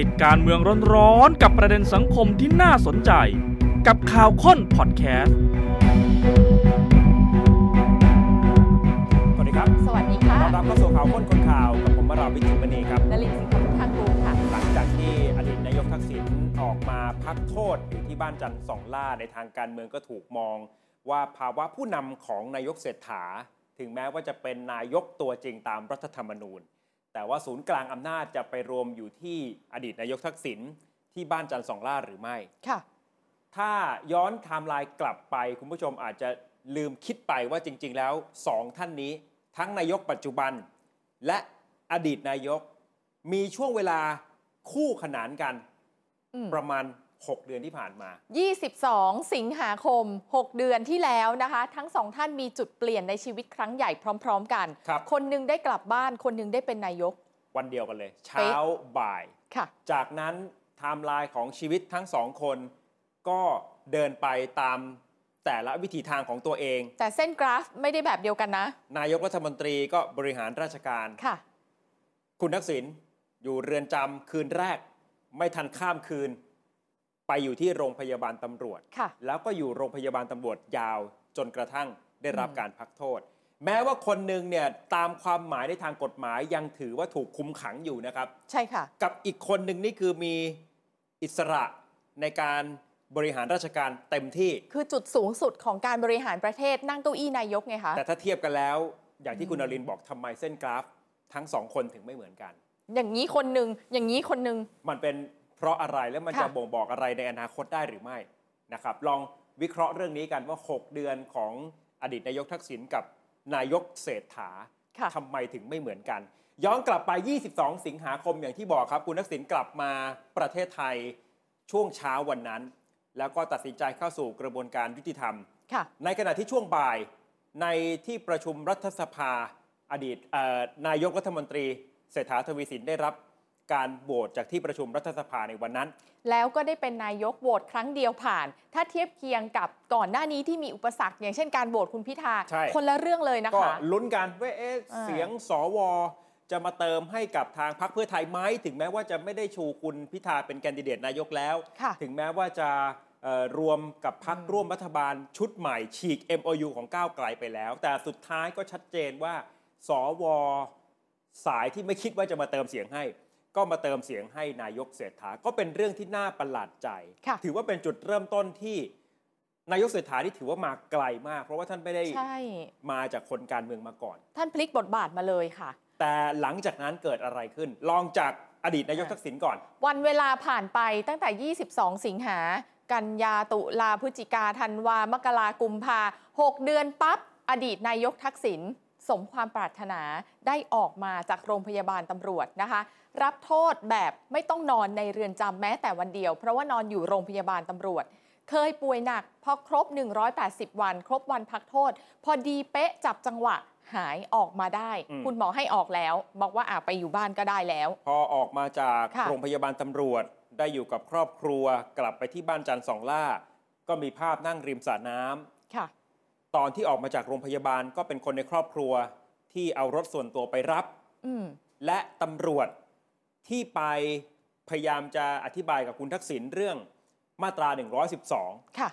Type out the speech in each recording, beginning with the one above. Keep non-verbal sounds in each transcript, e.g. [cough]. ติดการเมืองร้อนๆกับประเด็นสังคมที่น่าสนใจ กับข่าวค้นพอดแคสต์ สวัสดีครับ สวัสดีค่ะ ต้อนรับเข้าสู่ข่าวค้นคนข่าวกับผมวราวิจิตรมณีครับ นลินสิงห์พุทธากูลค่ะ หลังจากที่อดีตนายกทักษิณออกมาพักโทษอยู่ที่บ้านจันทร์สองล่าในทางการเมืองก็ถูกมอง ว่าภาวะผู้นำของนายกเศรษฐา ถึงแม้ว่าจะเป็นนายกตัวจริงตามรัฐธรรมนูญ แต่ว่าศูนย์กลางอำนาจจะไปรวมอยู่ที่อดีตนายกทักษิณที่บ้านจันทร์สองล่าหรือไม่ ค่ะ ถ้าย้อนไทม์ไลน์กลับไป คุณผู้ชมอาจจะลืมคิดไปว่าจริง ๆ แล้วสองท่านนี้ ทั้งนายกปัจจุบัน และอดีตนายก มีช่วงเวลาคู่ขนานกัน อืม ประมาณ 6 เดือนที่ผ่านมา 22 สิงหาคม 6 เดือนที่แล้วนะคะ ทั้งสองท่านมีจุดเปลี่ยนในชีวิตครั้งใหญ่พร้อม ๆ กัน ครับ นหนึงได้กลับบ้าน คนหนึงได้เป็นนายก วันเดียวกันเลย เช้าบ่าย ค่ะ จากนั้นไทม์ไลน์ของชีวิตทั้งสองคน ก็เดินไปตามแต่ละวิถีทางของตัวเอง แต่เส้นกราฟไม่ได้แบบเดียวกันนะ นายกรัฐมนตรีก็บริหารราชการ ค่ะ คุณทักษิณอยู่เรือนจำคืนแรก ไม่ทันข้ามคืน ไปอยู่ที่โรงพยาบาลตำรวจ ค่ะ แล้วก็อยู่โรงพยาบาลตำรวจยาวจนกระทั่งได้รับ อืม การพักโทษ แม้ว่าคนหนึ่งเนี่ยตามความหมายในทางกฎหมายยังถือว่าถูกคุมขังอยู่นะครับ ใช่ค่ะ กับอีกคนหนึ่งนี่คือมีอิสระในการบริหารราชการเต็มที่ คือจุดสูงสุดของการบริหารประเทศนั่งเก้าอี้นายกไงคะ แต่ถ้าเทียบกันแล้ว อย่างที่คุณอรินทร์บอกทำไมเส้นกราฟ ทั้งสองคนถึงไม่เหมือนกัน อย่างนี้คนหนึง อย่างนี้คนหนึง มันเป็นเพราะอะไรและมัน ค่ะ จะบ่งบอกอะไรในอนาคตได้หรือไม่นะครับ ลองวิเคราะห์เรื่องนี้กันว่า 6 เดือนของอดีตนายกทักษิณกับนายกเศรษฐา ค่ะ ทำไมถึงไม่เหมือนกัน ย้อนกลับไป 22 สิงหาคมอย่างที่บอกครับ คุณทักษิณกลับมาประเทศไทยช่วงเช้าวันนั้น แล้วก็ตัดสินใจเข้าสู่กระบวนการยุติธรรม ค่ะ ในขณะที่ช่วงบ่ายในที่ประชุมรัฐสภาอดีตเอ่อนายกรัฐมนตรีเศรษฐาทวีสินได้รับการโหวตจากที่ประชุมรัฐสภาในวันนั้น แล้วก็ได้เป็นนายกโหวตครั้งเดียวผ่าน ถ้าเทียบเคียงกับก่อนหน้านี้ที่มีอุปสรรค อย่างเช่นการโหวตคุณพิธา ใช่ คนละเรื่องเลยนะ ก็ คะ ลุ้นกันว่าเอ๊ะ อ่า เสียงสว จะมาเติมให้กับทางพรรคเพื่อไทยไหมถึงแม้ว่าจะไม่ได้ชูคุณพิธาเป็นแคนดิเดตนายกแล้ว ค่ะ ถึงแม้ว่าจะเอ่อรวมกับพักร่วมรัฐบาลชุดใหม่ฉีก MOU ของก้าวไกลไปแล้ว แต่สุดท้ายก็ชัดเจนว่า สว สายที่ไม่คิดว่าจะมาเติมเสียงให้ ก็มาเติมเสียงให้นายกเศรษฐา ก็เป็นเรื่องที่น่าประหลาดใจ ค่ะ ถือว่าเป็นจุดเริ่มต้นที่นายกเศรษฐาที่ถือว่ามาไกลมาก เพราะว่าท่านไม่ได้ ใช่ มาจากคนการเมืองมาก่อน ท่านพลิกบทบาทมาเลยค่ะ แต่หลังจากนั้นเกิดอะไรขึ้น ลองจากอดีตนายกทักษิณก่อน วันเวลาผ่านไปตั้งแต่ 22 สิงหา กันยาตุลาพฤศจิกาธันวา มกรากุมภา6เดือนปั๊บ อดีตนายกทักษิณสมความปรารถนาได้ออกมาจากโรงพยาบาลตำรวจนะคะ รับโทษแบบไม่ต้องนอนในเรือนจำแม้แต่วันเดียว เพราะว่านอนอยู่โรงพยาบาลตำรวจ เคยป่วยหนัก พอครบ 180 วัน ครบวันพักโทษ พอดีเป๊ะจับจังหวะหายออกมาได้ อืม คุณหมอให้ออกแล้ว บอกว่าอ่ะไปอยู่บ้านก็ได้แล้ว พอออกมาจาก ค่ะ โรงพยาบาลตำรวจได้อยู่กับครอบครัว กลับไปที่บ้านจันทร์สองล่า ก็มีภาพนั่งริมสระน้ำ ค่ะ ตอนที่ออกมาจากโรงพยาบาลก็เป็นคนในครอบครัวที่เอารถส่วนตัวไปรับ อืม และตำรวจที่ไปพยายามจะอธิบายกับคุณทักษิณเรื่องมาตรา 112 ค่ะ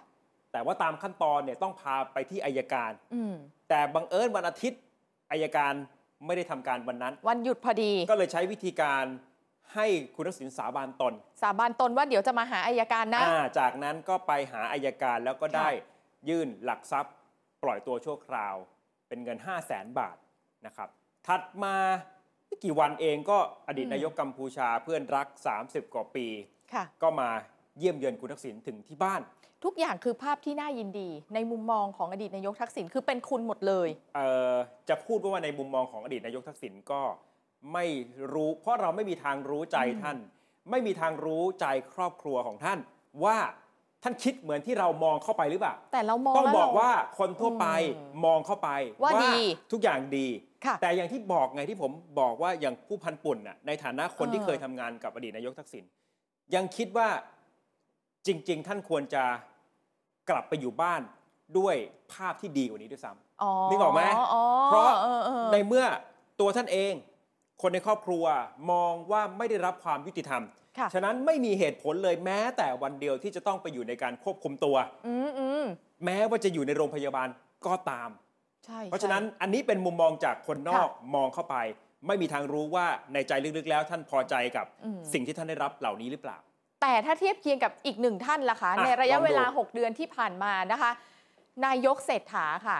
แต่ว่าตามขั้นตอนเนี่ยต้องพาไปที่อายการ อืม แต่บังเอิญวันอาทิตย์อายการไม่ได้ทำการวันนั้น วันหยุดพอดี ก็เลยใช้วิธีการให้คุณทักษิณสาบานตน สาบานตนว่าเดี๋ยวจะมาหาอายการนะ อ่าจากนั้นก็ไปหาอายการแล้วก็ ค่ะ ได้ยื่นหลักทรัพย์ ปล่อยตัวชั่วคราว เป็นเงิน 5 0 0แสนบาทนะครับ ถัดมาไม่กี่วันเองก็อดีตนายกกัมพูชาเพื่อนรัก 30 กว่าปี ค่ะ ก็มาเยี่ยมเยือนคุณทักษิณถึงที่บ้าน ทุกอย่างคือภาพที่น่ายินดี ในมุมมองของอดีตนายกทักษิณคือเป็นคุณหมดเลย เอ่อจะพูดว่าในมุมมองของอดีตนายกทักษิณก็ไม่รู้ เพราะเราไม่มีทางรู้ใจท่าน ไม่มีทางรู้ใจครอบครัวของท่าน ว่าท่านคิดเหมือนที่เรามองเข้าไปหรือเปล่า แต่เรามอง ต้อง แล้ว บอก เร ว่าคนทั่วไป อืม มองเข้าไป ว่าดี ทุกอย่างดี ค่ะ แต่อย่างที่บอกไงที่ผมบอกว่าอย่างผู้พันปุ่นน่ะในฐานะคน เออ ที่เคยทำงานกับอดีตนายกทักษิณยังคิดว่าจริง ๆ ท่านควรจะกลับไปอยู่บ้านด้วยภาพที่ดีกว่านี้ด้วยซ้ำ อ๋อ นึกออกไหม อ๋อ เพราะ ออออ ในเมื่อตัวท่านเอง คนในครอบครัวมองว่าไม่ได้รับความยุติธรรม ค่ะ ฉะนั้นไม่มีเหตุผลเลยแม้แต่วันเดียวที่จะต้องไปอยู่ในการควบคุมตัว อืมอืม แม้ว่าจะอยู่ในโรงพยาบาลก็ตาม ใช่ เพราะ ใช่ ฉะนั้นอันนี้เป็นมุมมองจากคนนอกมองเข้าไป ไม่มีทางรู้ว่าในใจลึกๆแล้ว ท่านพอใจกับ อืม สิ่งที่ท่านได้รับเหล่านี้หรือเปล่า แต่ถ้าเทียบเคียงกับอีกหนึ่งท่านล่ะคะ อ่ะ ในระลยะองดู เวลา 6 เดือนที่ผ่านมานะคะ นายกเศรษฐาค่ะ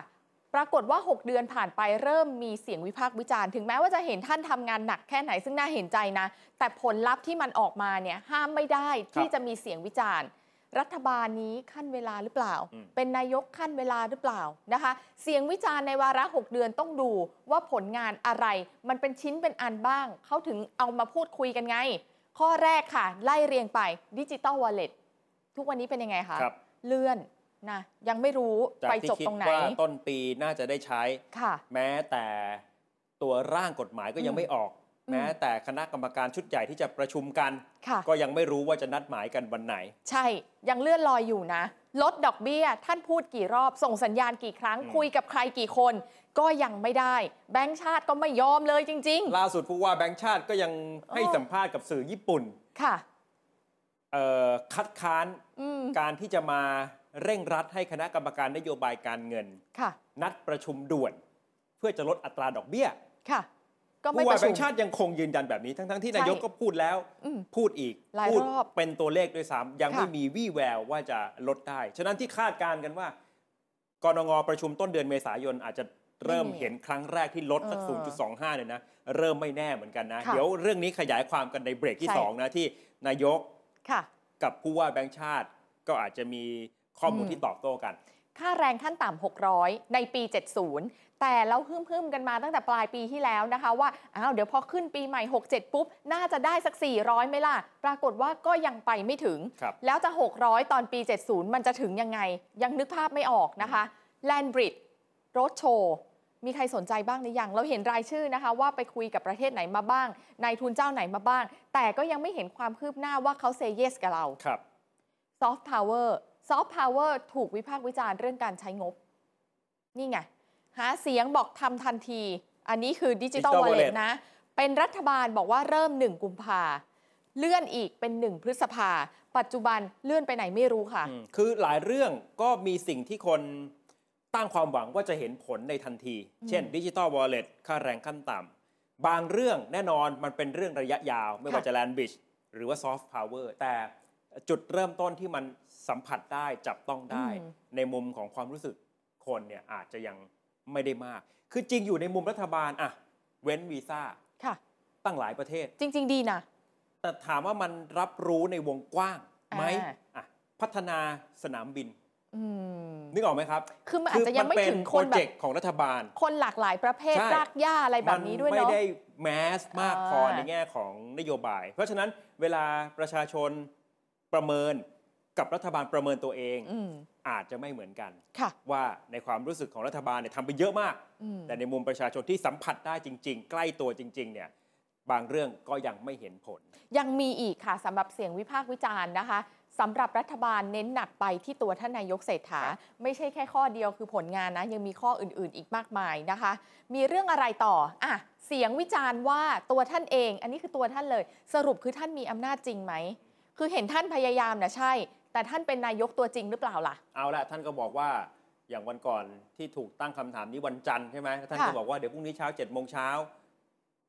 ปรากฏว่า 6 เดือนผ่านไปเริ่มมีเสียงวิพากษ์วิจารณ์ถึงแม้ว่าจะเห็นท่านทำงานหนักแค่ไหนซึ่งน่าเห็นใจนะ แต่ผลลัพธ์ที่มันออกมาเนี่ยห้ามไม่ได้ที่จะมีเสียงวิจารณ์ รัฐบาลนี้ขั้นเวลาหรือเปล่า อืม เป็นนายกขั้นเวลาหรือเปล่านะคะ เสียงวิจารณ์ในวาระ 6 เดือนต้องดูว่าผลงานอะไร มันเป็นชิ้นเป็นอันบ้าง เขาถึงเอามาพูดคุยกันไง ข้อแรกค่ะ ไล่เรียงไปดิจิตอลวอลเล็ตทุกวันนี้เป็นยังไงคะ ครับ เลื่อนนะยังไม่รู้ จาก ไป ที่ จบ คิด ตรงไหน ว่าต้นปีน่าจะได้ใช้ ค่ะ แม้แต่ตัวร่างกฎหมายก็ยั อื ง ม ไม่ออก อืม แม้แต่คณะกรรมการชุดใหญ่ที่จะประชุมกัน ค่ะ ก็ยังไม่รู้ว่าจะนัดหมายกันวันไหน ใช่ยังเลื่อนลอยอยู่นะ ลดดอกเบี้ย ท่านพูดกี่รอบ ส่งสัญญาณกี่ครั้ง อืม คุยกับใครกี่คน ก็ยังไม่ได้ แบงค์ชาติก็ไม่ยอมเลยจริง ล่าสุดผู้ว่าแบงค์ชาติก็ยังให้ โอ้ สัมภาษณ์กับสื่อญี่ปุ่น ๆ ค่ะ เอ่อคัดค้าน อืม การที่จะมาเร่งรัดให้คณะกรรมการนโยบายการเงิน ค่ะ นัดประชุมด่วน เพื่อจะลดอัตราดอกเบี้ย ค่ะ ก็ไม่ ผู้ ป ว่า ระ แบ ชุ ง ม ค์ชาติยังคงยืนยันแบบนี้ ทั้งๆที่ ใช่ นายกก็พูดแล้ว อืม พูดอีก หลาย พูด รอบ เป็นตัวเลขด้วยซ้ำยัง ค่ะ ไม่มีวี่แววว่าจะลดได้ ฉะนั้นที่คาดการณ์กันว่า กรงงประชุมต้นเดือนเมษายนอาจจะเริ่มเห็นครั้งแรกที่ลดสัก เอ 0.25 เนี่ยนะ เริ่มไม่แน่เหมือนกันนะ ค่ะ เดี๋ยวเรื่องนี้ขยายความกันในเบรกที่ ใช่ สองนะที่นายก ค่ะ กับผู้ว่าแบงค์ชาติ ก็อาจจะมีข้อมูล อืม ที่ตอบโต้กัน ค่าแรงขั้นต่ำ 600 ในปี 70 แต่แล้วฮึ่มๆ กันมาตั้งแต่ปลายปีที่แล้วนะคะว่า อ้าว เดี๋ยวพอขึ้นปีใหม่ 67 ปุ๊บ น่าจะได้สัก 400ไหมล่ะ ปรากฏว่าก็ยังไปไม่ถึง ครับ แล้วจะ 600 ตอนปี 70 มันจะถึงยังไง ยังนึกภาพไม่ออกนะคะ แลนบริดโรดโชว์มีใครสนใจบ้างหรือยัง เราเห็นรายชื่อนะคะ ว่าไปคุยกับประเทศไหนมาบ้าง นายทุนเจ้าไหนมาบ้าง แต่ก็ยังไม่เห็นความคืบหน้าว่าเขาเซเยสกับเรา ครับ ซอฟต์พาวเวอร์ซอฟต์พาวเวอร์ถูกวิพากษ์วิจารณ์เรื่องการใช้งบ นี่ไง หาเสียงบอกทำทันที อันนี้คือดิจิตอล Digital วอลเล็ Wallet ตนะ เป็นรัฐบาลบอกว่าเริ่ม 1 กุมภาเลื่อนอีกเป็น 1 พฤษภา ปัจจุบันเลื่อนไปไหนไม่รู้ค่ะ อืมคือหลายเรื่องก็มีสิ่งที่คนตั้งความหวังว่าจะเห็นผลในทันที อืม เช่นดิจิ t a ลวอลเล็ตค่าแรงขั้นต่ำบางเรื่องแน่นอนมันเป็นเรื่องระยะยาว ไม่ว่า ค่ะ จะแลนบิชหรือว่าซอฟต์พาวเวอร์แต่จุดเริ่มต้นที่มันสัมผัสได้จับต้องได้ ในมุมของความรู้สึกคนเนี่ยอาจจะยังไม่ได้มาก คือจริงอยู่ในมุมรัฐบาลอะเว้นวีซ่า ค่ะ ตั้งหลายประเทศ จริง ๆ ดีนะ แต่ถามว่ามันรับรู้ในวงกว้างไหม อ่า อ่ะพัฒนาสนามบิน อืม นึกออกไหมครับ คือมันอาจจะยังไม่ถึง อ คน เป็โปร แบ เจ บ กต์ของรัฐบาล คนหลากหลายประเภท ใช่ รากหญ้าอะไรแบบนี้ด้วย มั เนาะ ไม่ได้แมสมากพอ อ่า ในแง่ของนโยบาย เพราะฉะนั้นเวลาประชาชนประเมินกับรัฐบาลประเมินตัวเอง อืม อาจจะไม่เหมือนกัน ค่ะ ว่าในความรู้สึกของรัฐบาลเนี่ยทำไปเยอะมาก อืม แต่ในมุมประชาชนที่สัมผัสได้จริง ๆ ใกล้ตัวจริง ๆ เนี่ยบางเรื่องก็ยังไม่เห็นผล ยังมีอีกค่ะสำหรับเสียงวิพากษ์วิจารณ์นะคะสำหรับรัฐบาลเน้นหนักไปที่ตัวท่านนายกเศรษฐา ครับ ไม่ใช่แค่ข้อเดียวคือผลงานนะ ยังมีข้ออื่นๆ อีกมากมายนะคะ มีเรื่องอะไรต่ออ่ะเสียงวิจารณ์ว่าตัวท่านเอง อันนี้คือตัวท่านเลย สรุปคือท่านมีอำนาจจริงไหม คือเห็นท่านพยายามนะใช่ แต่ท่านเป็นนายกตัวจริงหรือเปล่าล่ะ เอาละท่านก็บอกว่าอย่างวันก่อนที่ถูกตั้งคำถามนี้วันจันทร์ใช่ไหมแล้วท่าน ค่ะ ก็บอกว่าเดี๋ยวพรุ่งนี้เช้า7จ็ดโมงเช้า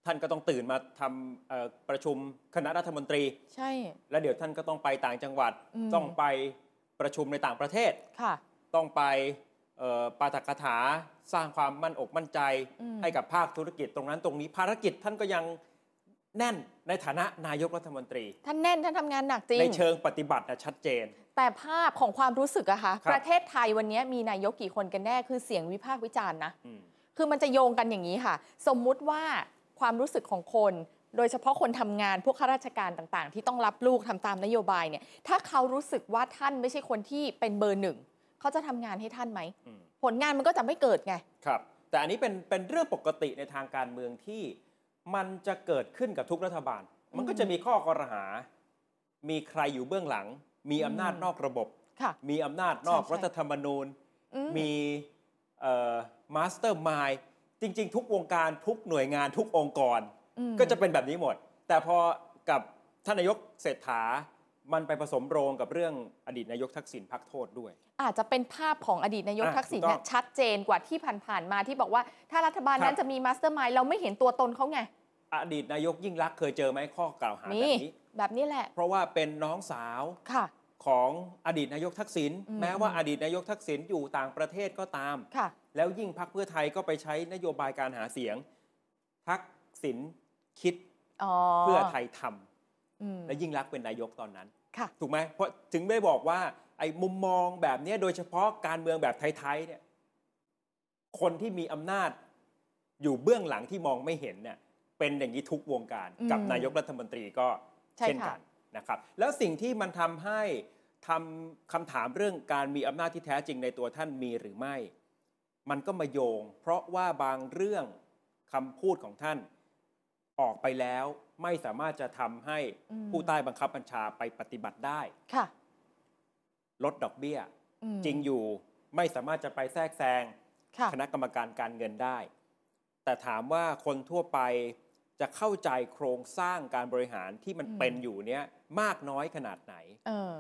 ท่านก็ต้องตื่นมาทำเอ่อประชุมคณะรัฐมนตรี ใช่ แล้วเดี๋ยวท่านก็ต้องไปต่างจังหวัด อืม ต้องไปประชุมในต่างประเทศ ค่ะ ต้องไปเอ่อปาฐกถาสร้างความมั่นอกมั่นใจ อืม ให้กับภาคธุรกิจตรงนั้นตรงนี้ภารกิจท่านก็ยังแน่นในฐานะนายกรัฐมนตรี ท่านแน่นท่านทำงานหนักจริง ในเชิงปฏิบัตินะชัดเจน แต่ภาพของความรู้สึกอะคะ ครับ ประเทศไทยวันนี้มีนายกกี่คนกันแน่คือเสียงวิพากษ์วิจารณ์นะ อืม คือมันจะโยงกันอย่างนี้ค่ะ สมมุติว่าความรู้สึกของคน โดยเฉพาะคนทำงานพวกข้าราชการต่างๆ ที่ต้องรับลูกทำตามนโยบายเนี่ย ถ้าเขารู้สึกว่าท่านไม่ใช่คนที่เป็นเบอร์หนึ่ง เขาจะทำงานให้ท่านไหม อืม ผลงานมันก็จะไม่เกิดไง ครับแต่อันนี้เป็นเป็นเรื่องปกติในทางการเมืองที่มันจะเกิดขึ้นกับทุกรัฐบาล มันก็จะมีข้อกรหา มีใครอยู่เบื้องหลัง มีอำนาจ อืม นอกระบบ ค่ะ มีอำนาจนอก ใช่ใช่ รัฐธรรมนูญ อืม มีมาสเตอร์มายจริง ๆ ทุกวงการทุกหน่วยงานทุกองค์กร อืม ก็จะเป็นแบบนี้หมด แต่พอกับท่านนายกเศรษฐา มันไปผสมโรงกับเรื่องอดีตนายกทักษิณพักโทษด้วย อาจจะเป็นภาพของอดีตนายก อ่ะ ทักษิณ ถูกต้อง น่ะชัดเจนกว่าที่ผ่านๆมาที่บอกว่าถ้ารัฐบาล ครับ นั้นจะมีมาสเตอร์มายเราไม่เห็นตัวตนเขาไง อดีตนายกยิ่งรักษณ์เคยเจอไหมข้อกล่าวหาแบ มี บนี้ แบบนี้แหละ เพราะว่าเป็นน้องสาว ค่ะ ของอดีตนายกทักษิณ อืม แม้ว่าอดีตนายกทักษิณอยู่ต่างประเทศก็ตาม ค่ะ แล้วยิ่งพักเพื่อไทยก็ไปใช้นโยบายการหาเสียง ทักษิณคิด อ๋อ เพื่อไทยทำ อืม และยิ่งรักษณ์เป็นนายกตอนนั้น ค่ะ ถูกไหม เพราะถึงได้บอกว่า ไอ้มุมมองแบบเนี้ยโดยเฉพาะการเมืองแบบไทยๆเนี่ย คนที่มีอำนาจอยู่เบื้องหลังที่มองไม่เห็นเนี่ยเป็นอย่างนี้ทุกวงการ อืม กับนายกรัฐมนตรีก็ ใช่ค่ะ เช่นกันนะครับ แล้วสิ่งที่มันทำให้ทำคำถามเรื่องการมีอำนาจที่แท้จริงในตัวท่านมีหรือไม่ มันก็มาโยง เพราะว่าบางเรื่องคำพูดของท่านออกไปแล้ว ไม่สามารถจะทำให้ อืม ผู้ใต้บังคับบัญชาไปปฏิบัติได้ ค่ะ ลดดอกเบี้ย อืม จริงอยู่ไม่สามารถจะไปแทรกแซง ค่ะ คณะกรรมการการเงินได้ แต่ถามว่าคนทั่วไปจะเข้าใจโครงสร้างการบริหารที่มัน อืม เป็นอยู่เนี้ยมากน้อยขนาดไหน เออ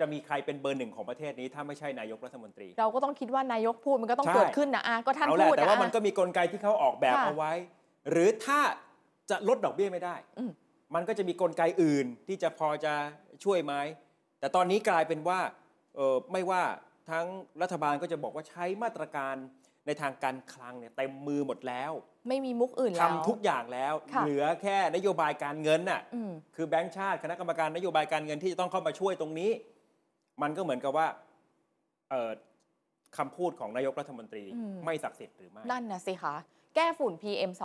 จะมีใครเป็นเบอร์หนึ่งของประเทศนี้ถ้าไม่ใช่นายกรัฐมนตรี เราก็ต้องคิดว่านายกพูดมันก็ต้อง ใช่ เกิดขึ้นนะอ่ะก็ท่าน เอาแหละ พูด แต่ว่า อ่ะ มันก็มีกลไกที่เขาออกแบบ ค่ะ เอาไว้ หรือถ้าจะลดดอกเบี้ยไม่ได้ อืม มันก็จะมีกลไกอื่นที่จะพอจะช่วยไหมแต่ตอนนี้กลายเป็นว่าเอ่อไม่ว่าทั้งรัฐบาลก็จะบอกว่าใช้มาตรการในทางการคลังเนี่ยเต็มมือหมดแล้ว ไม่มีมุกอื่นแล้ว ทำทุกอย่างแล้ว ค่ะ เหลือแค่นโยบายการเงินน่ะ อืม คือแบงก์ชาติคณะกรรมการนโยบายการเงินที่จะต้องเข้ามาช่วยตรงนี้ มันก็เหมือนกับว่าเอ่อคำพูดของนายกรัฐมนตรีไม่ศักดิ์สิทธิ์หรือไม่ นั่นนะสิคะแก้ฝุ่น PM ค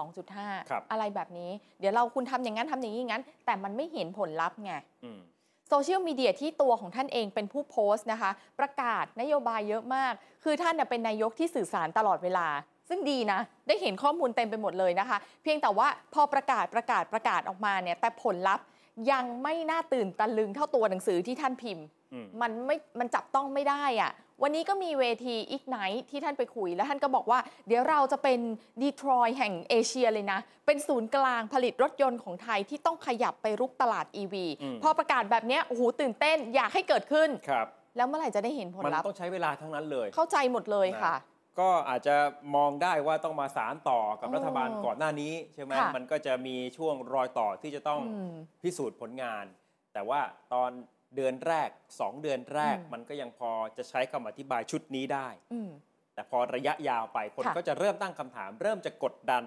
รับ 2.5 อะไรแบบนี้ เดี๋ยวเราคุณทำอย่างนั้นทำอย่างนี้อย่างนั้น แต่มันไม่เห็นผลลัพธ์ไง อืม โซเชียลมีเดียที่ตัวของท่านเองเป็นผู้โพสต์นะคะ ประกาศนโยบายเยอะมาก คือท่านน่ะเป็นนายกที่สื่อสารตลอดเวลา ซึ่งดีนะ ได้เห็นข้อมูลเต็มไปหมดเลยนะคะ เพียงแต่ว่าพอประกาศประกาศประกาศออกมาเนี่ย แต่ผลลัพธ์ยังไม่น่าตื่นตะลึงเท่าตัวหนังสือที่ท่านพิมพ์ อืม มันไม่ มันจับต้องไม่ได้อะวันนี้ก็มีเวที Ignite ที่ท่านไปคุย แล้วท่านก็บอกว่า เดี๋ยวเราจะเป็นดีทรอยแห่งเอเชียเลยนะ เป็นศูนย์กลางผลิตรถยนต์ของไทยที่ต้องขยับไปรุกตลาด EV อืม พอประกาศแบบเนี้ยโอ้โหตื่นเต้นอยากให้เกิดขึ้น ครับ แล้วเมื่อไหร่จะได้เห็นผล มัน ลัพธ์ ต้องใช้เวลาทั้งนั้นเลย เข้าใจหมดเลยค่ะ ก็อาจจะมองได้ว่าต้องมาสารต่อกับ โอ้ รัฐบาลก่อนหน้านี้ใช่ไหม ค่ะ มันก็จะมีช่วงรอยต่อที่จะต้อง อืม พิสูจน์ผลงาน แต่ว่าตอนเดือนแรกสองเดือนแรก อืม มันก็ยังพอจะใช้คำอธิบายชุดนี้ได้ อืม แต่พอระยะยาวไปคน ค่ะ ก็จะเริ่มตั้งคำถาม เริ่มจะกดดัน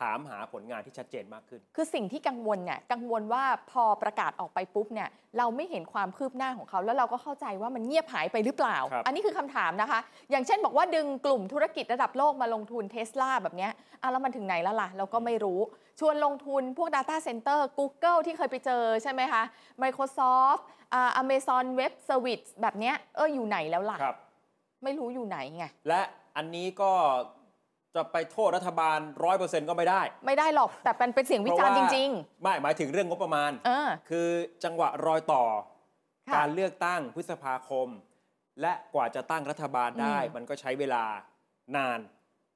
ถามหาผลงานที่ชัดเจนมากขึ้น คือสิ่งที่กังวลเนี่ยกังวลว่าพอประกาศออกไปปุ๊บเนี่ยเราไม่เห็นความคืบหน้าของเขา แล้วเราก็เข้าใจว่ามันเงียบหายไปหรือเปล่า ครับ อันนี้คือคำถามนะคะ อย่างเช่นบอกว่าดึงกลุ่มธุรกิจระดับโลกมาลงทุนเทสลาแบบเนี้ยอ่ะแล้วมันถึงไหนแล้วล่ะ เราก็ไม่รู้ ชวนลงทุนพวก Data Center Google ที่เคยไปเจอใช่ไหมคะ Microsoft อ่า Amazon Web Service แบบเนี้ยเอออยู่ไหนแล้วล่ะ ครับ ไม่รู้อยู่ไหนไง และอันนี้ก็จะไปโทษรัฐบาลร้อยเปอร์เซ็นต์ก็ไม่ได้ ไม่ได้หรอกแต่เป็นเป็นเสียงวิจารณ์จริง ๆไม่หมายถึงเรื่องงบประมาณ ๆ เออ คือจังหวะรอยต่อ ค่ะ การเลือกตั้งพฤษภาคม และกว่าจะตั้งรัฐบาลได้ อืม มันก็ใช้เวลานาน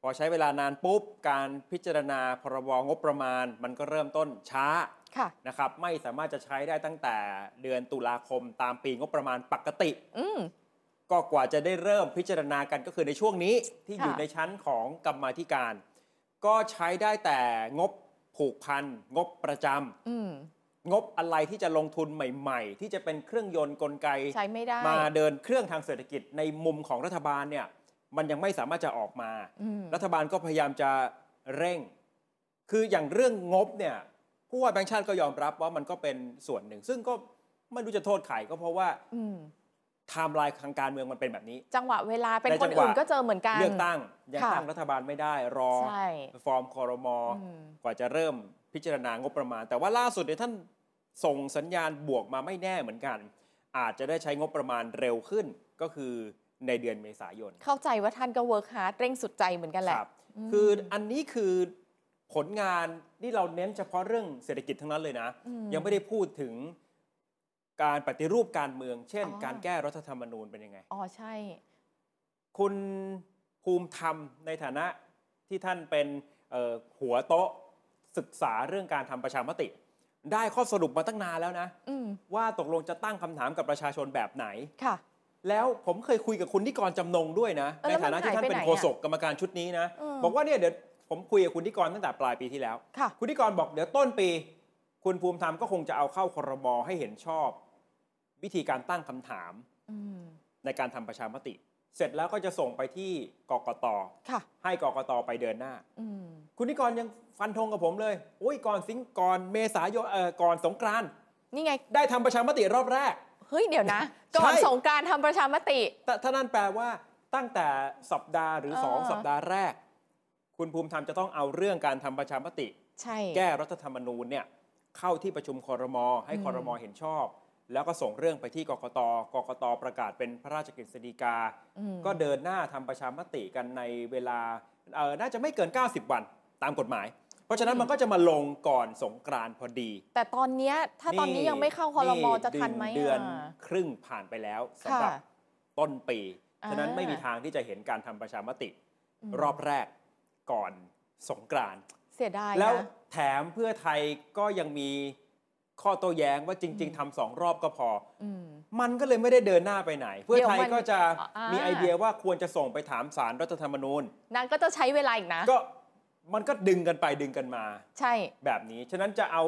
พอใช้เวลานานปุ๊บ การพิจารณาพรบงบประมาณ มันก็เริ่มต้นช้า ค่ะ นะครับไม่สามารถจะใช้ได้ตั้งแต่เดือนตุลาคมตามปีงบประมาณปกติ อืม ก็กว่าจะได้เริ่มพิจารณากันก็คือในช่วงนี้ที่ ค่ะ อยู่ในชั้นของกรรมาธิการ ก็ใช้ได้แต่งบผูกพันงบประจำ อืม งบอะไรที่จะลงทุนใหม่ ๆ ที่จะเป็นเครื่องยนต์กลไก ใช้ไม่ได้ มาเดินเครื่องทางเศรษฐกิจในมุมของรัฐบาลเนี่ยมันยังไม่สามารถจะออกมา อืม รัฐบาลก็พยายามจะเร่ง คืออย่างเรื่องงบเนี่ยผู้ว่าแบงค์ชาติก็ยอมรับว่ามันก็เป็นส่วนหนึ่ง ซึ่งก็ไม่รู้จะโทษใครก็เพราะว่า อืม ไทม์ไลน์ทางการเมืองมันเป็นแบบนี้ จังหวะเวลาเป็น ใน ค จั น งหวะ อื่นก็เจอเหมือนกัน เลือกตั้งยัง ค่ะ ตั้งรัฐบาลไม่ได้รอ ใช่ ฟอร์มคอรมอ อืม กว่าจะเริ่มพิจารณางบประมาณ แต่ว่าล่าสุดเนี่ยท่านส่งสัญญาณบวกมาไม่แน่เหมือนกัน อาจจะได้ใช้งบประมาณเร็วขึ้นก็คือในเดือนเมษายน เข้าใจว่าท่านก็เวิร์คฮาร์ดเร่งสุดใจเหมือนกันแหละ ครับ อืม คืออันนี้คือผลงานนี่เราเน้นเฉพาะเรื่องเศรษฐกิจทั้งนั้นเลยนะ อื ยังไม่ได้พูดถึงการปฏิรูปการเมือง เช่น อ๋อ การแก้รัฐธรรมนูญเป็นยังไง อ๋อใช่ คุณภูมิธรรมในฐานะที่ท่านเป็นเอ่อหัวโต๊ะ ศึกษาเรื่องการทำประชามติ ได้ข้อสรุปมาตั้งนานแล้วนะ อืม ว่าตกลงจะตั้งคำถามกับประชาชนแบบไหน ค่ะ แล้วผมเคยคุยกับคุณนิกรจำนงด้วยนะ เออ ใน แล้วมัน ฐานะที่ท่านเป็น หายไปไหนอะ โฆษกกรรมการชุดนี้นะ เออ บอกว่าเนี่ยเดี๋ยวผมคุยกับคุณนิกรตั้งแต่ปลายปีที่แล้ว ค่ะ คุณนิกรบอกเดี๋ยวต้นปี คุณภูมิธรรมก็คงจะเอาเข้าครมให้เห็นชอบ วิธีการตั้งคำถาม อืม ในการทำประชามติ เสร็จแล้วก็จะส่งไปที่กกต ค่ะ ให้กกตไปเดินหน้า อืม คุณนิกรยังฟันธงกับผมเลยโอ้ยก่อนสิงก่อนเมษายนเอ่อก่อนสงกรานต์ นี่ไง ได้ทำประชามติรอบแรก เฮ้ย เดี๋ยวนะ ใช่ ก่อนสงกรารทำประชามติ แต่ถ้านั่นแปลว่าตั้งแต่สัปดาห์หรือ เออ สองสัปดาห์แรก คุณภูมิธรรมจะต้องเอาเรื่องการทำประชามติ ใช่ แก้รัฐธรรมนูญเนี่ยเข้าที่ประชุมคอรมอให้คอรมอเห็นชอบ แล้วก็ส่งเรื่องไปที่กกตกกตประกาศเป็นพระราชกฤษฎีกา อืม ก็เดินหน้าทำประชามติกันในเวลาเอ่อน่าจะไม่เกิน 90 วันตามกฎหมาย เพราะฉะนั้นมันก็จะมาลงก่อนสงกรานต์พอดี แต่ตอนเนี้ยถ้าตอนนี้ยังไม่เข้าคอรมอจะทันไหม เดือน อ่ะ ครึ่งผ่านไปแล้วสำ ค่ะ หรับต้นปีฉะนั้น อ่า ไม่มีทางที่จะเห็นการทำประชามติ ม รอบแรกก่อนสงกรานต์ เสียดาย แล้ว นะ แถมเพื่อไทยก็ยังมีข้อโต้แย้งว่าจริง ๆทำสองรอบก็พอ อืม มันก็เลยไม่ได้เดินหน้าไปไหน เพื่อไทย เดี๋ยวมัน ก็จะ อ่ามี มีไอเดียว่าควรจะส่งไปถามสารรัฐธรรมนูญ นางก็จะใช้เวลาอีกนะ ก็มันก็ดึงกันไปดึงกันมา ใช่ แบบนี้ ฉะนั้นจะเอา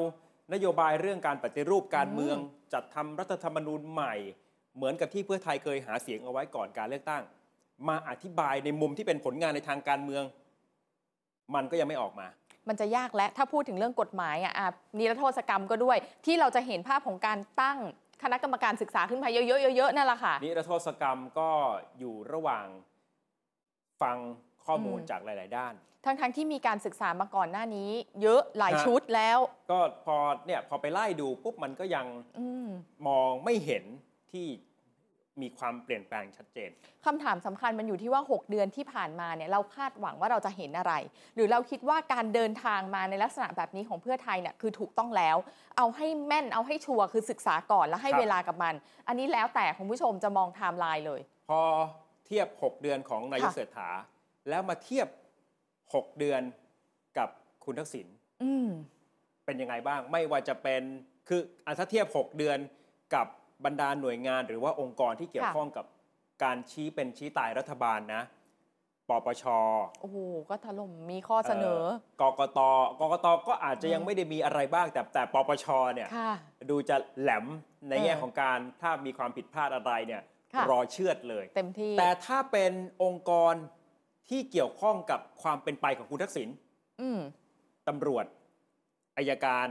นโยบายเรื่องการปฏิรูปการเมือง จัดทำรัฐธรรมนูญใหม่ เหมือนกับที่เพื่อไทยเคยหาเสียงเอาไว้ก่อนการเลือกตั้ง มาอธิบายในมุมที่เป็นผลงานในทางการเมือง มันก็ยังไม่ออกมา มันจะยากและถ้าพูดถึงเรื่องกฎหมายอ่ะอ่ะนิรโทษกรรมก็ด้วย ที่เราจะเห็นภาพของการตั้งคณะกรรมการศึกษาขึ้นมาเยอะๆเยอะๆนั่นแหละค่ะ นิรโทษกรรมก็อยู่ระหว่างฟังข้อมูล อืม จากหลาย ๆ ด้าน ทั้งๆที่มีการศึกษามาก่อนหน้านี้ เยอะหลาย ฮะ ชุดแล้ว ก็พอเนี่ยพอไปไล่ดูปุ๊บมันก็ยัง อืม มองไม่เห็นที่มีความเปลี่ยนแปลงชัดเจน คำถามสำคัญมันอยู่ที่ว่า 6 เดือนที่ผ่านมาเนี่ยเราคาดหวังว่าเราจะเห็นอะไร หรือเราคิดว่าการเดินทางมาในลักษณะแบบนี้ของเพื่อไทยเนี่ยคือถูกต้องแล้ว เอาให้แม่นเอาให้ชัวร์คือศึกษาก่อนแล้วให้ ครับ เวลากับมัน อันนี้แล้วแต่คุณผู้ชมจะมองไทม์ไลน์เลย พอเทียบ 6 เดือนของนายก ค่ะ เศรษฐา แล้วมาเทียบ 6 เดือนกับคุณทักษิณ อืม เป็นยังไงบ้าง ไม่ว่าจะเป็นคืออะถ้าเทียบ 6 เดือนกับบรรดาหน่วยงาน หรือว่าองค์กรที่เกี่ยวข้องกับการชี้เป็นชี้ตายรัฐบาลนะปปช โอ้โหก็ถล่มมีข้อเสนอ กกตกกตก็อาจจะยัง อืม ไม่ได้มีอะไรบ้าง แต่แต่ปปชเนี่ย ค่ะ ดูจะแหลมในแง่ เออ ของการถ้ามีความผิดพลาดอะไรเนี่ย ค่ะ รอเชื่อดเลย เต็มที่ แต่ถ้าเป็นองค์กรที่เกี่ยวข้องกับความเป็นไปของคุณทักษิณ อืม ตำรวจอายการ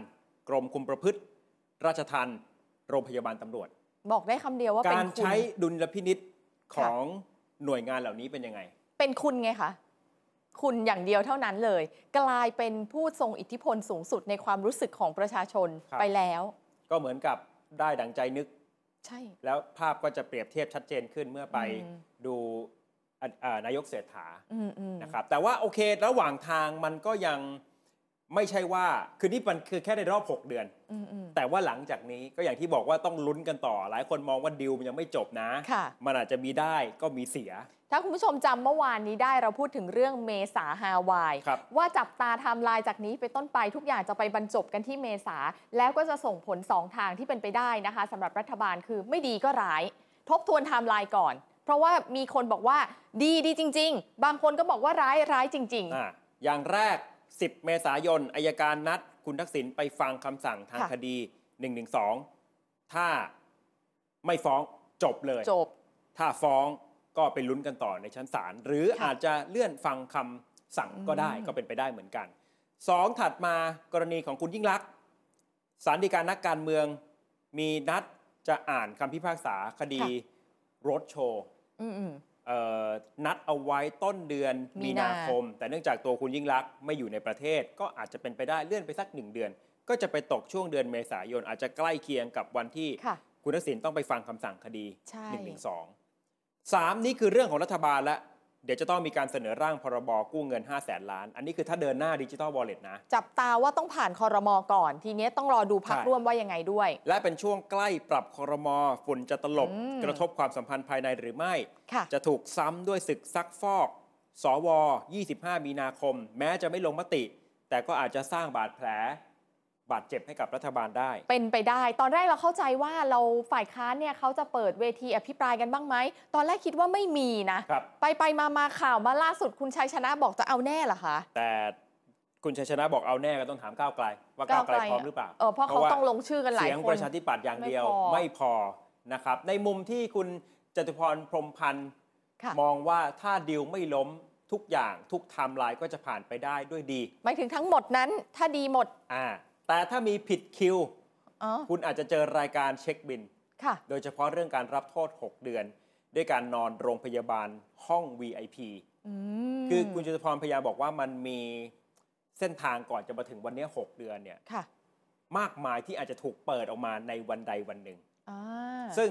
กรมคุมประพฤติ ราชทัณฑ์โรงพยาบาลตำรวจ บอกได้คำเดียวว่าเป็ กาน ร คุณ ใช้ดุลพินิษของหน่วยงานเหล่านี้เป็นยังไง เป็นคุณไงคะ คุณอย่างเดียวเท่านั้นเลย กลายเป็นผู้ทรงอิทธิพลสูงสุดในความรู้สึกของประชาชน ครับ ไปแล้ว ก็เหมือนกับได้ดังใจนึก ใช่ แล้วภาพก็จะเปรียบเทียบชัดเจนขึ้นเมื่อไป อืม ดูอ่ะอ่านายกเศรษฐา อืมอืม นะครับ แต่ว่าโอเคระหว่างทางมันก็ยังไม่ใช่ว่า คือนี่มันคือแค่ในรอบ 6 เดือน อืมอืม แต่ว่าหลังจากนี้ก็อย่างที่บอกว่าต้องลุ้นกันต่อ หลายคนมองว่าดิวมันยังไม่จบนะ ค่ะ มันอาจจะมีได้ก็มีเสีย ถ้าคุณผู้ชมจำเมื่อวานนี้ได้เราพูดถึงเรื่องเมษาฮาวาย ครับ ว่าจับตาไทม์ไลน์จากนี้ไปต้นไปทุกอย่างจะไปบรรจบกันที่เมษา แล้วก็จะส่งผล 2 ทางที่เป็นไปได้นะคะสำหรับรัฐบาลคือไม่ดีก็ร้าย ทบทวนไทม์ไลน์ก่อน เพราะว่ามีคนบอกว่าดีดีจริง ๆ บางคนก็บอกว่าร้ายร้ายจริง ๆ อ่ะอย่างแรก 10 เมษายนอายการนัด คุณทักษิณไปฟังคำสั่งทาง ค่ะ คดี 112 ถ้าไม่ฟ้องจบเลย จบ ถ้าฟ้องก็ไปลุ้นกันต่อในชั้นศาลหรือ ค่ะ อาจจะเลื่อนฟังคำสั่งก็ได้ อืม ก็เป็นไปได้เหมือนกันสองถัดมากรณีของคุณยิ่งลักษณ์สารดีการนักการเมืองมีนัดจะอ่านคำพิพากษาคดีรถโชว์ อืมอืม เอ่อนัดเอาไว้ต้นเดือน มี มี นา นาคม แต่เนื่องจากตัวคุณยิ่งลักษณ์ไม่อยู่ในประเทศ ก็อาจจะเป็นไปได้เลื่อนไปสักหนึ่งเดือน ก็จะไปตกช่วงเดือนเมษายนอาจจะใกล้เคียงกับวันที่ ค่ะ คุณทักษิณต้องไปฟังคำสั่งคดี ใช่ 1 1 2 3 นี่คือเรื่องของรัฐบาลละ เดี๋ยวจะต้องมีการเสนอร่างพรบกู้เงิน 5 0 0แสนล้าน อันนี้คือถ้าเดินหน้าดิจิ t a ล w a l l e t นะ จับตาว่าต้องผ่านคอรมอก่อน ทีเนี้ยต้องรอดูพัก ใช่ ร่วมว่ายังไงด้วย และเป็นช่วงใกล้ปรับคอรมอฝุ่นจะตลบ อืม กระทบความสัมพันธ์ภายในหรือไม่ ค่ะ จะถูกซ้ำด้วยศึกซักฟอก สว 25 มีนาคม แม้จะไม่ลงมติ แต่ก็อาจจะสร้างบาดแผล บาดเจ็บให้กับรัฐบาลได้ เป็นไปได้ ตอนแรกเราเข้าใจว่าเราฝ่ายค้านเนี่ยเขาจะเปิดเวทีอภิปรายกันบ้างไหม ตอนแรกคิดว่าไม่มีนะ ครับ ไปไปมามาข่าวมาล่าสุดคุณชัยชนะบอกจะเอาแน่เหรอคะ แต่คุณชัยชนะบอกเอาแน่ก็ต้องถามก้าวไกล ว่าก้าวไกล ก้าวไกล พร้อมหรือเปล่า เออเพราะเขา ว่ ต้องลงชื่อกันหลาย เสียง คน ประชาธิปัตย์อย่างเดียว ไม่พอ ไม่พอนะครับ ในมุมที่คุณจตุพรพรหมพันธ์ ค่ะ มองว่าถ้าดิวไม่ล้มทุกอย่างทุกไทม์ไลน์ก็จะผ่านไปได้ด้วยดี หมายถึงทั้งหมดนั้นถ้าดีหมด อ่าแต่ถ้ามีผิดคิว อ๋อ คุณอาจจะเจอรายการเช็คบิน ค่ะ โดยเฉพาะเรื่องการรับโทษ 6 เดือน ด้วยการนอนโรงพยาบาลห้อง VIP อืม คือคุณจตุพรพยายามบอกว่ามันมีเส้นทางก่อนจะมาถึงวันเนี้ย6เดือนเนี่ย ค่ะ มากมายที่อาจจะถูกเปิดออกมาในวันใดวันหนึ่ง อ่า ซึ่ง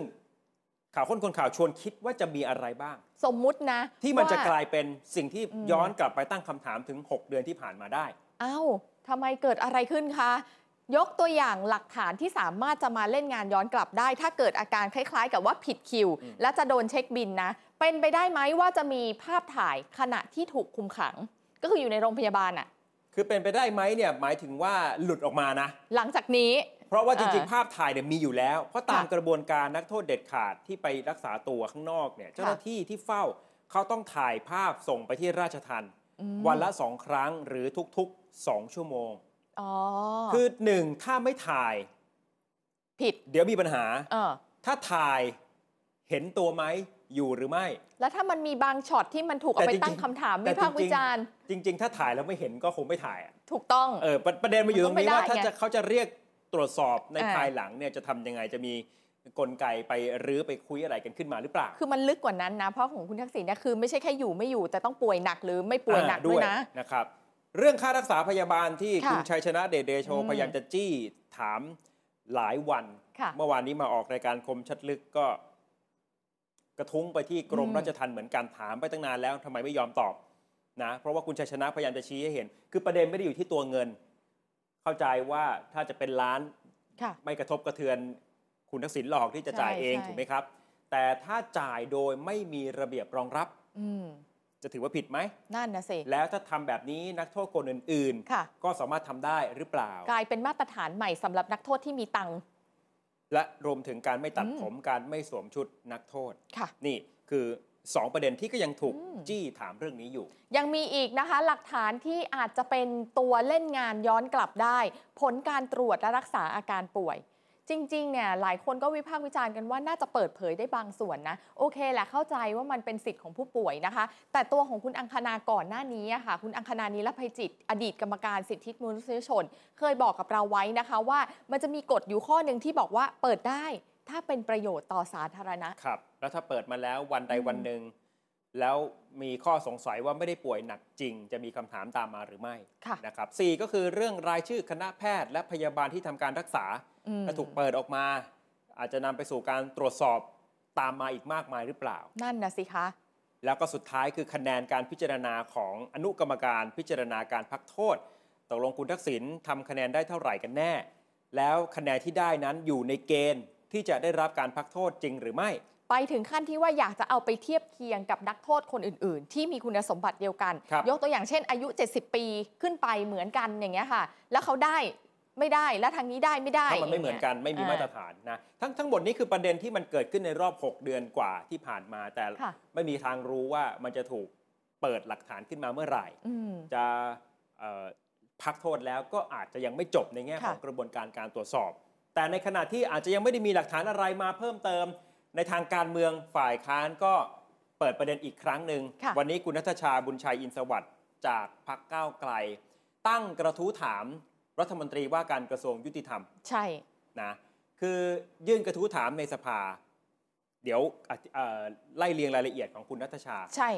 ข่าวค้นคนข่าวชวนคิดว่าจะมีอะไรบ้าง สมมุตินะ ที่มันจะ ว่ กลายเป็นสิ่งที่ อืม ย้อนกลับไปตั้งคำถามถึง 6 เดือนที่ผ่านมาได้ อ้าวทำไมเกิดอะไรขึ้นคะ ยกตัวอย่างหลักฐานที่สามารถจะมาเล่นงานย้อนกลับได้ ถ้าเกิดอาการคล้ายๆ กับว่าผิดคิว อืม และจะโดนเช็คบินนะ เป็นไปได้ไหมว่าจะมีภาพถ่ายขณะที่ถูกคุมขัง ก็คืออยู่ในโรงพยาบาลอะ คือเป็นไปได้ไหมเนี่ยหมายถึงว่าหลุดออกมานะ หลังจากนี้ เพราะว่าจริง อ่า ๆ ภาพถ่ายเนี่ยมีอยู่แล้ว เพราะตาม ค่ะ กระบวนการนักโทษเด็ดขาดที่ไปรักษาตัวข้างนอกเนี่ยเจ้าหน้าที่ที่เฝ้าเขาต้องถ่ายภาพส่งไปที่ราชทัน อืม วันละสองครั้งหรือทุกๆ 2 ชั่วโมง อ๋อ คือหนึ่งถ้าไม่ถ่าย ผิด เดี๋ยวมีปัญหา เออ ถ้าถ่ายเห็นตัวไหมอยู่หรือไม่ แล้วถ้ามันมีบางช็อตที่มันถูกเอาไป แต่จริงๆ ตั้งคำถาม แต่ วิพากษ์ จริ วิ งๆ จารณ์ จริง ๆ ถ้าถ่ายแล้วไม่เห็นก็คงไม่ถ่ายอะ ถูกต้อง เออประประเด็นมันอยู่ตรงนี้ว่า มันต้องไปได้ ถ้าจะเขาจะเรียกตรวจสอบใน อ่า ภายหลังเนี่ยจะทำยังไงจะมีกลไกไปรื้อไปคุยอะไรกันขึ้นมาหรือเปล่า คือมันลึกกว่านั้นนะ เพราะของคุณทักษิณเนี่ยคือไม่ใช่แค่อยู่ไม่อยู่แต่ต้องป่วยหนักหรือไม่ป่วยหนัก อ่า ด้วยนะ นะครับ เรื่องค่ารักษาพยาบาลที่ ค่ะ คุณชัยชนะเดชเดโช อืม พยายามจะจี้ถามหลายวัน ค่ะ เมื่อวานนี้มาออกรายการคมชัดลึกก็ กระทุ้งไปที่กรมราชทัณฑ์เหมือนกันถามไปตั้งนานแล้วทำไมไม่ยอมตอบนะเพราะว่าคุณชัยชนะพยายามจะชี้ให้เห็น คือประเด็นไม่ได้อยู่ที่ตัวเงิน เข้าใจว่าถ้าจะเป็นล้าน ค่ะ ไม่กระทบกระเทือนคุณทักษิณหรอกที่จะ ใช่ จ่ายเอง ใช่ ถูกไหมครับ แต่ถ้าจ่ายโดยไม่มีระเบียบรองรับ อืม จะถือว่าผิดไหม นั่นนะสิ [laughs] แล้วถ้าทำแบบนี้นักโทษคนอื่น ค่ะ ๆ ก็สามารถทำได้หรือเปล่า กลายเป็นมาตรฐานใหม่สำหรับนักโทษที่มีตังค์ และรวมถึงการไม่ตัด อืม ผมการไม่สวมชุดนักโทษ ค่ะ นี่คือ 2 ประเด็นที่ก็ยังถูก อืม จี้ถามเรื่องนี้อยู่ ยังมีอีกนะคะ หลักฐานที่อาจจะเป็นตัวเล่นงานย้อนกลับได้ ผลการตรวจและรักษาอาการป่วย จริงๆเนี่ยหลายคนก็วิพากษ์วิจารณ์กันว่าน่าจะเปิดเผยได้บางส่วนนะ โอเคแหละเข้าใจว่ามันเป็นสิทธิ์ของผู้ป่วยนะคะ แต่ตัวของคุณอังคณาก่อนหน้านี้อะค่ะ คุณอังคณานีรภัยจิต อดีตกรรมการสิทธิมนุษยชน เคยบอกกับเราไว้นะคะว่ามันจะมีกฎอยู่ข้อหนึ่งที่บอกว่าเปิดได้ ถ้าเป็นประโยชน์ต่อสาธารณะ ครับ แล้วถ้าเปิดมาแล้ววันใด อืม วันหนึ่ง แล้วมีข้อสงสัยว่าไม่ได้ป่วยหนักจริง จะมีคำถามตามมาหรือไม่ ค่ะ นะครับสก็คือเรื่องรายชื่อคณะแพทย์ และพยาบาลที่ทำการรักษา อืม และถูกเปิดออกมา อาจจะนำไปสู่การตรวจสอบตามมาอีกมากมายหรือเปล่า นั่นนะสิคะ แล้วก็สุดท้ายคือคะแนนการพิจารณาของอนุกรรมการพิจารณาการพักโทษตกลงคุณทักษิณทำคะแนนได้เท่าไหร่กันแน่ แล้วคะแนนที่ได้นั้นอยู่ในเกณฑ์ที่จะได้รับการพักโทษจริงหรือไม่ ไปถึงขั้นที่ว่าอยากจะเอาไปเทียบเคียงกับนักโทษคนอื่น ๆ ที่มีคุณสมบัติเดียวกัน ครับ ยกตัวอย่างเช่น อายุ 70 ปีขึ้นไปเหมือนกันอย่างเงี้ยค่ะ แล้วเขาได้ไม่ได้และทางนี้ได้ไม่ได้ ถ้ามันไม่เหมือนกัน ย่าง ไม่มี งี้ย มาตรฐานนะทั้งทั้งหมดนี้คือประเด็นที่มันเกิดขึ้นในรอบ 6 เดือนกว่าที่ผ่านมา แต่ ค่ะ ไม่มีทางรู้ว่ามันจะถูกเปิดหลักฐานขึ้นมาเมื่อไหร่ อืม จะเอ่อพักโทษแล้วก็อาจจะยังไม่จบในแง่ของ ค่ะ กระบวนการการตรวจสอบ แต่ในขณะที่อาจจะยังไม่ได้มีหลักฐานอะไรมาเพิ่มเติม ในทางการเมืองฝ่ายค้านก็เปิดประเด็นอีกครั้งหนึ่ง ค่ะ วันนี้คุณนัทชาบุญชัยอินทร์สวัสดิ์จากพักก้าวไกล ตั้งกระทู้ถามรัฐมนตรีว่าการกระทรวงยุติธรรม ใช่ นะคือยื่นกระทู้ถามในสภา เดี๋ยวอ่ะเอ่อไล่เรียงรายละเอียดของคุณนัทชา ใช่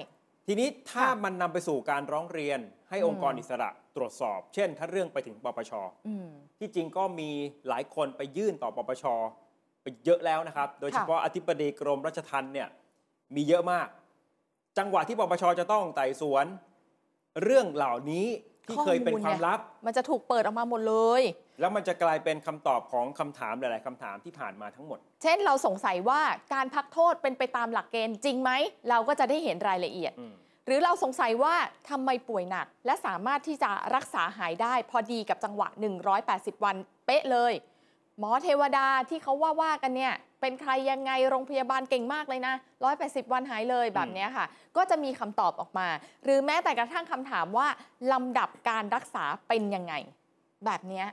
ทีนี้ถ้า ค่ะ มันนำไปสู่การร้องเรียนให้ อืม องค์กรอิสระตรวจสอบ เช่น ถ้าเรื่องไปถึงปปช อืม ที่จริงก็มีหลายคนไปยื่นต่อปปช ไปเยอะแล้วนะครับ โดยเฉพาะอธิบดีกรมราชทัณฑ์เนี่ยมีเยอะมาก จังหวะที่ปปชจะต้องไต่สวน เรื่องเหล่านี้ที่ ข้อมูล เคยเป็นความลับ มันจะถูกเปิดออกมาหมดเลย แล้วมันจะกลายเป็นคำตอบของคำถามหลาย ๆคำถามที่ผ่านมาทั้งหมด เช่นเราสงสัยว่าการพักโทษเป็นไปตามหลักเกณฑ์จริงไหม เราก็จะได้เห็นรายละเอียด อืม หรือเราสงสัยว่าทำไมป่วยหนัก และสามารถที่จะรักษาหายได้พอดีกับจังหวะ 180 วันเป๊ะเลย หมอเทวดาที่เขาว่าว่ากันเนี่ย เป็นใครยังไงโรงพยาบาลเก่งมากเลยนะ 180 วันหายเลยแบบเนี้ยค่ะ ก็จะมีคำตอบออกมา หรือแม้แต่กระทั่งคำถามว่าลำดับการรักษาเป็นยังไง แบบเนี้ย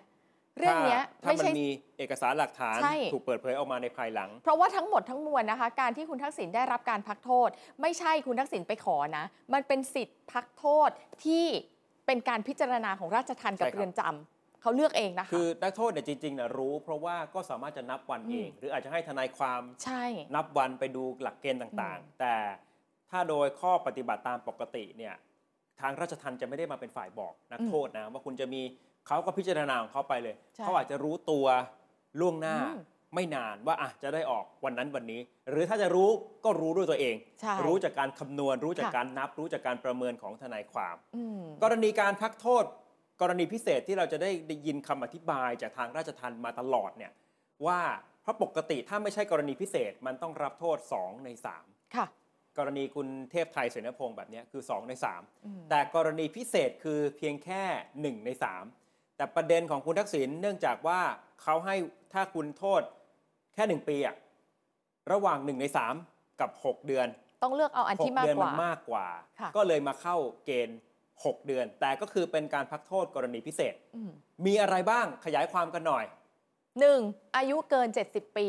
เรื่องเนี้ย ถ้า ไม่ มัน ใช่ มีเอกสารหลักฐาน ใช่ ถูกเปิดเผยออกมาในภายหลัง เพราะว่าทั้งหมดทั้งมวลนะคะ การที่คุณทักษิณได้รับการพักโทษ ไม่ใช่คุณทักษิณไปขอนะ มันเป็นสิทธิ์พักโทษที่เป็นการพิจารณาของราชทัณฑ์กับ ใช่ครับ เรือนจำเขาเลือกเองนะคะ คือนักโทษเนี่ยจริงๆนะรู้ เพราะว่าก็สามารถจะนับวัน อืม เอง หรืออาจจะให้ทนายความ ใช่ นับวันไปดูหลักเกณฑ์ต่างๆ แต่ถ้าโดยข้อปฏิบัติตามปกติเนี่ยทางราชทัณฑ์จะไม่ได้มาเป็นฝ่ายบอกนักโทษนะว่าคุณจะมีเขาก็พิจารณาของเขาไปเลย ใช่ เขาอาจจะรู้ตัวล่วงหน้า อืม ไม่นานว่าอ่ะจะได้ออกวันนั้นวันนี้ หรือถ้าจะรู้ก็รู้ด้วยตัวเอง ใช่ รู้จากการคำนวณ รู้จาก ค่ะ การนับ รู้จากการประเมินของทนายความ อืม กรณีการพักโทษ กรณีพิเศษที่เราจะได้ได้ยินคำอธิบายจากทางราชทัณฑ์มาตลอดเนี่ยว่าเพราะปกติถ้าไม่ใช่กรณีพิเศษมันต้องรับโทษ 2 ใน 3 ค่ะ กรณีคุณเทพไทยเสนพงศ์แบบเนี้ยคือ 2 ใน อืม 3 แต่กรณีพิเศษคือเพียงแค่ 1 ใน 3 แต่ประเด็นของคุณทักษิณเนื่องจากว่าเขาให้ถ้าคุณโทษแค่ 1 ปีอะระหว่าง 1 ใน 3 กับ 6 เดือน ต้องเลือกเอาอัน ห ที่ ก มาก เดือน ก มั ว่า นมากกว่า ค่ะ ก็เลยมาเข้าเกณฑ์ 6 เดือน แต่ก็คือเป็นการพักโทษกรณีพิเศษ อืม มีอะไรบ้างขยายความกันหน่อย หนึ่งอายุเกิน 70 ปี